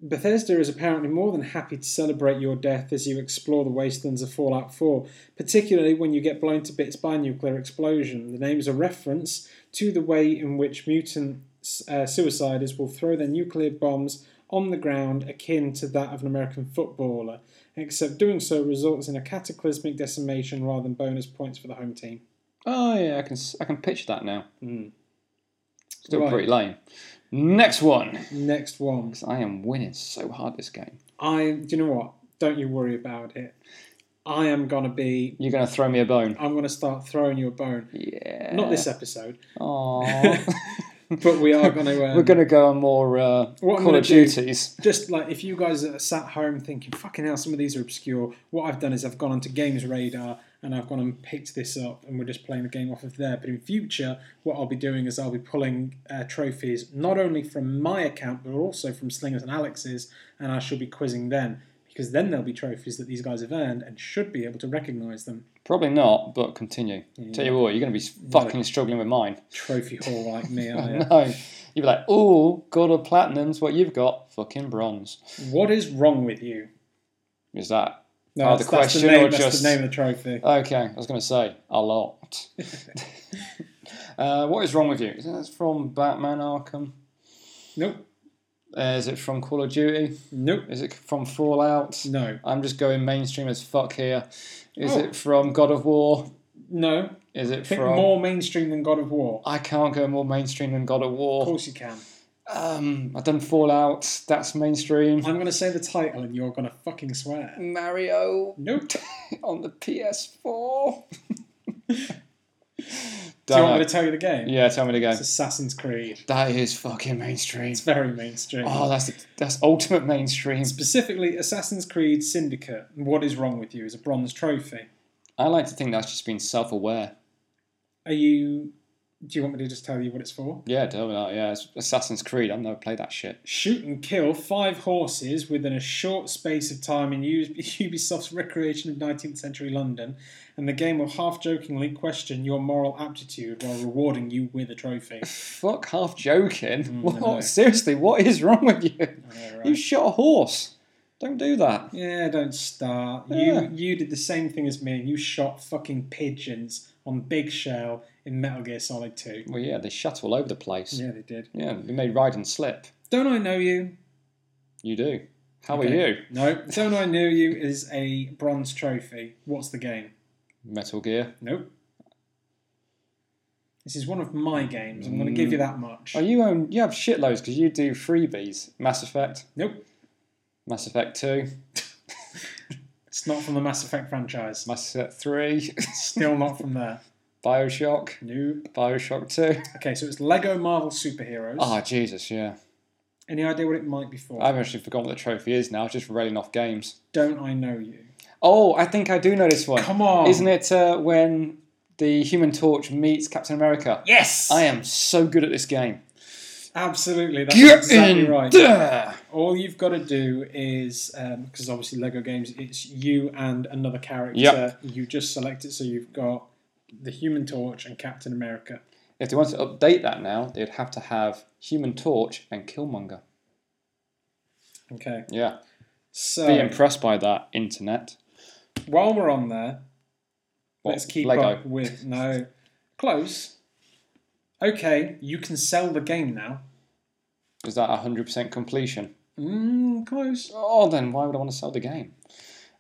[SPEAKER 1] Bethesda is apparently more than happy to celebrate your death as you explore the wastelands of Fallout 4, particularly when you get blown to bits by a nuclear explosion. The name is a reference to the way in which mutant uh, suiciders will throw their nuclear bombs on the ground, akin to that of an American footballer, except doing so results in a cataclysmic decimation rather than bonus points for the home team.
[SPEAKER 2] Oh yeah, I can s- I can picture that now.
[SPEAKER 1] Hmm.
[SPEAKER 2] Still
[SPEAKER 1] Right.
[SPEAKER 2] pretty lame. Next one.
[SPEAKER 1] Next one.
[SPEAKER 2] I am winning so hard this game.
[SPEAKER 1] I, do you know what? Don't you worry about it. I am going to be
[SPEAKER 2] You're gonna throw me a
[SPEAKER 1] (laughs)
[SPEAKER 2] bone.
[SPEAKER 1] I'm going to start throwing you a bone.
[SPEAKER 2] Yeah.
[SPEAKER 1] Not this episode, (laughs)
[SPEAKER 2] Aww.
[SPEAKER 1] but we are going to. Um,
[SPEAKER 2] (laughs) We're gonna go on more uh,
[SPEAKER 1] What I'm
[SPEAKER 2] Call
[SPEAKER 1] gonna
[SPEAKER 2] of
[SPEAKER 1] do-
[SPEAKER 2] Duties.
[SPEAKER 1] um, Just like if you guys are sat home thinking, fucking hell, some of these are obscure, what I've done is I've gone onto Games Radar and I've gone and picked this up and we're just playing the game off of there. But in future, what I'll be doing is I'll be pulling uh, trophies not only from my account but also from Slingers and Alex's and I shall be quizzing them because then there'll be trophies that these guys have earned and should be able to recognise them.
[SPEAKER 2] Probably not, but continue. Tell you what, you're going to be fucking struggling with mine.
[SPEAKER 1] Trophy whore like
[SPEAKER 2] (laughs)
[SPEAKER 1] me, are you?
[SPEAKER 2] No. You'd be like, oh, gold or platinum's what you've got. Fucking bronze.
[SPEAKER 1] What is wrong with you?
[SPEAKER 2] Is that?
[SPEAKER 1] No,
[SPEAKER 2] Oh, the
[SPEAKER 1] that's, that's
[SPEAKER 2] question
[SPEAKER 1] the name,
[SPEAKER 2] or
[SPEAKER 1] that's
[SPEAKER 2] just-
[SPEAKER 1] the name of the trophy.
[SPEAKER 2] Okay, I was going to say,
[SPEAKER 1] (laughs)
[SPEAKER 2] a lot. uh, what is wrong with you? Is that from Batman Arkham?
[SPEAKER 1] Nope,
[SPEAKER 2] Uh, is it from Call of Duty?
[SPEAKER 1] nope,
[SPEAKER 2] Is it from Fallout?
[SPEAKER 1] no,
[SPEAKER 2] I'm just going mainstream as fuck here. Is
[SPEAKER 1] Oh.
[SPEAKER 2] it from God of War?
[SPEAKER 1] no.
[SPEAKER 2] Is it
[SPEAKER 1] Pick
[SPEAKER 2] from. Oh.
[SPEAKER 1] more mainstream than God of War.
[SPEAKER 2] I can't go more mainstream than God
[SPEAKER 1] Of
[SPEAKER 2] of War.
[SPEAKER 1] course you can.
[SPEAKER 2] Um, I've done Fallout. That's mainstream.
[SPEAKER 1] I'm going to say the title and you're going to fucking swear.
[SPEAKER 2] Mario
[SPEAKER 1] Nope.
[SPEAKER 2] on the PS4.
[SPEAKER 1] Do you want me to tell you the game?
[SPEAKER 2] yeah, tell me to go.
[SPEAKER 1] It's Assassin's Creed.
[SPEAKER 2] That is fucking mainstream.
[SPEAKER 1] It's very mainstream.
[SPEAKER 2] Oh, that's that's ultimate mainstream.
[SPEAKER 1] Specifically, Assassin's Creed Syndicate. What is wrong with you? Is a bronze trophy.
[SPEAKER 2] I like to think that's just being self-aware.
[SPEAKER 1] Are you? Do you want me to just tell you what it's for?
[SPEAKER 2] Yeah, tell me that. Yeah, it's Assassin's Creed. I've never played that shit.
[SPEAKER 1] Shoot and kill five horses within a short space of time in U- (laughs) Ubisoft's recreation of 19th century London, and the game will half jokingly question your moral aptitude while rewarding you with a trophy.
[SPEAKER 2] Fuck, half joking.
[SPEAKER 1] I
[SPEAKER 2] what?
[SPEAKER 1] know.
[SPEAKER 2] Seriously, what is wrong with you?
[SPEAKER 1] Yeah, right.
[SPEAKER 2] You shot a horse. Don't do that.
[SPEAKER 1] Yeah, don't start.
[SPEAKER 2] Yeah.
[SPEAKER 1] You you did the same thing as me. You shot fucking pigeons on Big Shell in Metal Gear Solid 2.
[SPEAKER 2] Well, yeah, they shut all over the place. Yeah,
[SPEAKER 1] Yeah, they did.
[SPEAKER 2] they made ride and slip.
[SPEAKER 1] Don't I Know You?
[SPEAKER 2] You do. How are
[SPEAKER 1] Okay.
[SPEAKER 2] you?
[SPEAKER 1] No. Don't I Know You is a bronze trophy. What's the game?
[SPEAKER 2] Metal Gear.
[SPEAKER 1] Nope. This is one of my games. I'm going to give you that much.
[SPEAKER 2] Oh, you own you have shitloads because you do freebies. Mass Effect,
[SPEAKER 1] Nope.
[SPEAKER 2] Mass Effect Two,
[SPEAKER 1] It's not from the Mass Effect franchise.
[SPEAKER 2] Mass Effect Three, (laughs)
[SPEAKER 1] Still not from there.
[SPEAKER 2] Bioshock,
[SPEAKER 1] Nope.
[SPEAKER 2] Bioshock (laughs) Two.
[SPEAKER 1] Okay, so it's Lego Marvel Superheroes.
[SPEAKER 2] Ah, Jesus, yeah.
[SPEAKER 1] Any idea what it might be for?
[SPEAKER 2] I've actually forgotten what the trophy is now. Just railing off games.
[SPEAKER 1] Don't I Know You?
[SPEAKER 2] Oh, I think I do know this one.
[SPEAKER 1] Come on.
[SPEAKER 2] Isn't it uh, when the Human Torch meets Captain America?
[SPEAKER 1] Yes!
[SPEAKER 2] I am so good at this game.
[SPEAKER 1] Absolutely, that's exactly right.
[SPEAKER 2] there.
[SPEAKER 1] All you've got to do is because obviously Lego games, it's you and another character.
[SPEAKER 2] Yep.
[SPEAKER 1] You just select it, so you've got the Human Torch and Captain America.
[SPEAKER 2] If they wanted to update that now, they'd have to have Human Torch and Killmonger.
[SPEAKER 1] Okay,
[SPEAKER 2] Yeah.
[SPEAKER 1] so
[SPEAKER 2] Be impressed by that, internet.
[SPEAKER 1] while we're on there,
[SPEAKER 2] What,
[SPEAKER 1] let's keep
[SPEAKER 2] Lego?
[SPEAKER 1] up with no close. Okay, you can sell the game now.
[SPEAKER 2] Is that 100% completion?
[SPEAKER 1] Mm, close.
[SPEAKER 2] Oh, then why would I want to sell the game?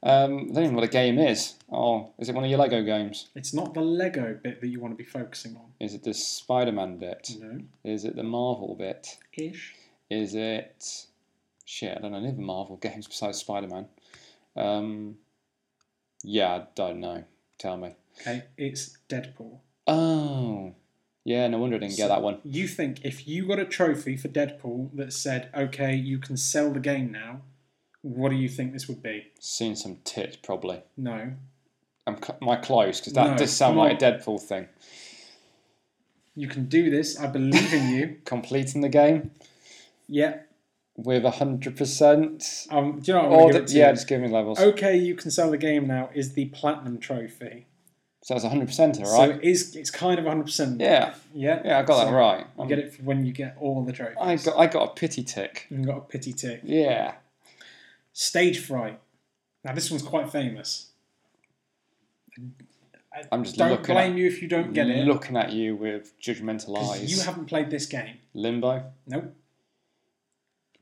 [SPEAKER 2] Um, I don't even know what a game is. Oh, is it one of your Lego games?
[SPEAKER 1] It's not the Lego bit that you want to be focusing on.
[SPEAKER 2] Is it the Spider Man bit?
[SPEAKER 1] No,
[SPEAKER 2] Is it the Marvel bit?
[SPEAKER 1] ish.
[SPEAKER 2] Is it. Shit, I don't know any other Marvel games besides Spider Man. Um, yeah, I don't know. Tell me.
[SPEAKER 1] Okay, it's Deadpool.
[SPEAKER 2] Oh, yeah, no wonder I didn't
[SPEAKER 1] So-
[SPEAKER 2] get that one.
[SPEAKER 1] You think if you got a trophy for Deadpool that said, okay, you can sell the game now, what do you think this would be?
[SPEAKER 2] Seen some tits, probably.
[SPEAKER 1] No.
[SPEAKER 2] I'm cl- am I close? Because that
[SPEAKER 1] No,
[SPEAKER 2] does sound
[SPEAKER 1] come
[SPEAKER 2] like a Deadpool thing.
[SPEAKER 1] You can do this. I believe in
[SPEAKER 2] (laughs)
[SPEAKER 1] you.
[SPEAKER 2] Completing the game
[SPEAKER 1] yeah.
[SPEAKER 2] with 100%.
[SPEAKER 1] Um, do you know what I
[SPEAKER 2] Or
[SPEAKER 1] want to
[SPEAKER 2] the,
[SPEAKER 1] give it to
[SPEAKER 2] yeah,
[SPEAKER 1] you? Oh.
[SPEAKER 2] just give me levels.
[SPEAKER 1] Okay, you can sell the game now is the platinum trophy.
[SPEAKER 2] So that's 100%, all
[SPEAKER 1] So
[SPEAKER 2] right?
[SPEAKER 1] it is, it's kind of 100%.
[SPEAKER 2] yeah,
[SPEAKER 1] Yeah.
[SPEAKER 2] yeah, I got that
[SPEAKER 1] So
[SPEAKER 2] right.
[SPEAKER 1] You
[SPEAKER 2] I'm-
[SPEAKER 1] get it for when you get all the trophies.
[SPEAKER 2] I got, I got a pity tick.
[SPEAKER 1] You've got a pity tick.
[SPEAKER 2] Yeah.
[SPEAKER 1] Stage fright. Now, this one's quite famous. I
[SPEAKER 2] I'm just
[SPEAKER 1] don't
[SPEAKER 2] looking
[SPEAKER 1] blame you if you don't get it.
[SPEAKER 2] looking at you with judgmental
[SPEAKER 1] 'cause
[SPEAKER 2] eyes.
[SPEAKER 1] You haven't played this game.
[SPEAKER 2] Limbo,
[SPEAKER 1] Nope.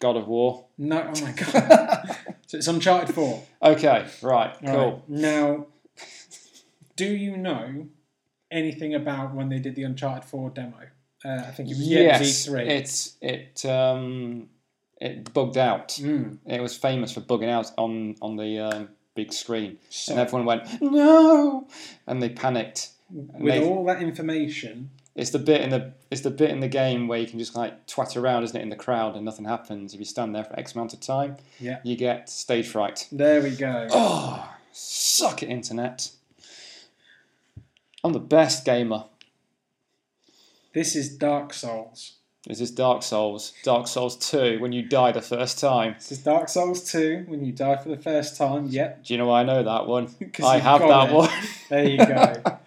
[SPEAKER 2] God of War.
[SPEAKER 1] No,
[SPEAKER 2] (laughs)
[SPEAKER 1] oh my god. so it's Uncharted 4.
[SPEAKER 2] Okay, right, cool.
[SPEAKER 1] Right. Now, do you know anything about when they did the Uncharted 4 demo? Uh, I think it was
[SPEAKER 2] Yes,
[SPEAKER 1] E3.
[SPEAKER 2] it's it um, it bugged out.
[SPEAKER 1] Mm. Hmm.
[SPEAKER 2] It was famous for bugging out on on the um, big screen, and everyone went no, and they panicked. And
[SPEAKER 1] With
[SPEAKER 2] they-
[SPEAKER 1] all that information,
[SPEAKER 2] it's the bit in the it's the bit in the game where you can just like twat around, isn't it, in the crowd, and nothing happens. If you stand there for X amount of time,
[SPEAKER 1] Yeah.
[SPEAKER 2] you get stage fright.
[SPEAKER 1] there we go.
[SPEAKER 2] Oh, suck it, internet. I'm the best gamer.
[SPEAKER 1] This is Dark Souls.
[SPEAKER 2] Is this Dark Souls? Dark Souls 2, when you die the first time.
[SPEAKER 1] This is Dark Souls 2 when you die for the first time. Yep.
[SPEAKER 2] Do you know why I know that one?
[SPEAKER 1] (laughs) 'cause
[SPEAKER 2] I
[SPEAKER 1] you've
[SPEAKER 2] have
[SPEAKER 1] got
[SPEAKER 2] that
[SPEAKER 1] it.
[SPEAKER 2] one.
[SPEAKER 1] There you
[SPEAKER 2] (laughs)
[SPEAKER 1] go.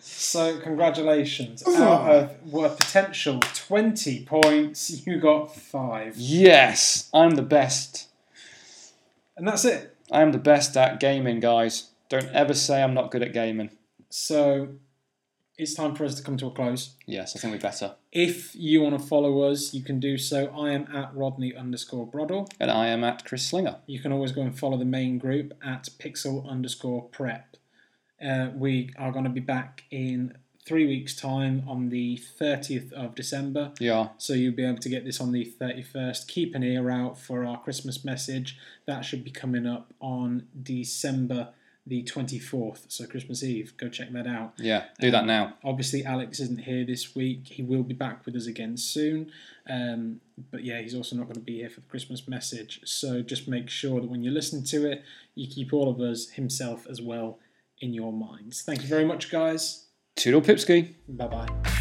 [SPEAKER 1] So, congratulations. Out of what potential 20 points, you got five.
[SPEAKER 2] yes, I'm the best.
[SPEAKER 1] And that's it.
[SPEAKER 2] I am the best at gaming, guys. Don't ever say I'm not good at gaming.
[SPEAKER 1] So, it's time for us to come to a close.
[SPEAKER 2] Yes, I think we better.
[SPEAKER 1] If you want to follow us, you can do so. I am at Rodney underscore Broddle.
[SPEAKER 2] And I am at Chris Slinger.
[SPEAKER 1] you can always go and follow the main group at pixel underscore prep. Uh, we are going to be back in three weeks' time on the 30th of December.
[SPEAKER 2] Yeah.
[SPEAKER 1] So you'll be able to get this on the 31st. Keep an ear out for our Christmas message. That should be coming up on December the 24th. So Christmas Eve. Go check that out.
[SPEAKER 2] Yeah. Do
[SPEAKER 1] Um,
[SPEAKER 2] that now.
[SPEAKER 1] Obviously, Alex isn't here this week. He will be back with us again soon. Um, but yeah, he's also not going to be here for the Christmas message. So just make sure that when you listen to it, you keep all of us, himself as well, in your minds. Thank you very much, guys.
[SPEAKER 2] Toodle Pipski.
[SPEAKER 1] Bye bye.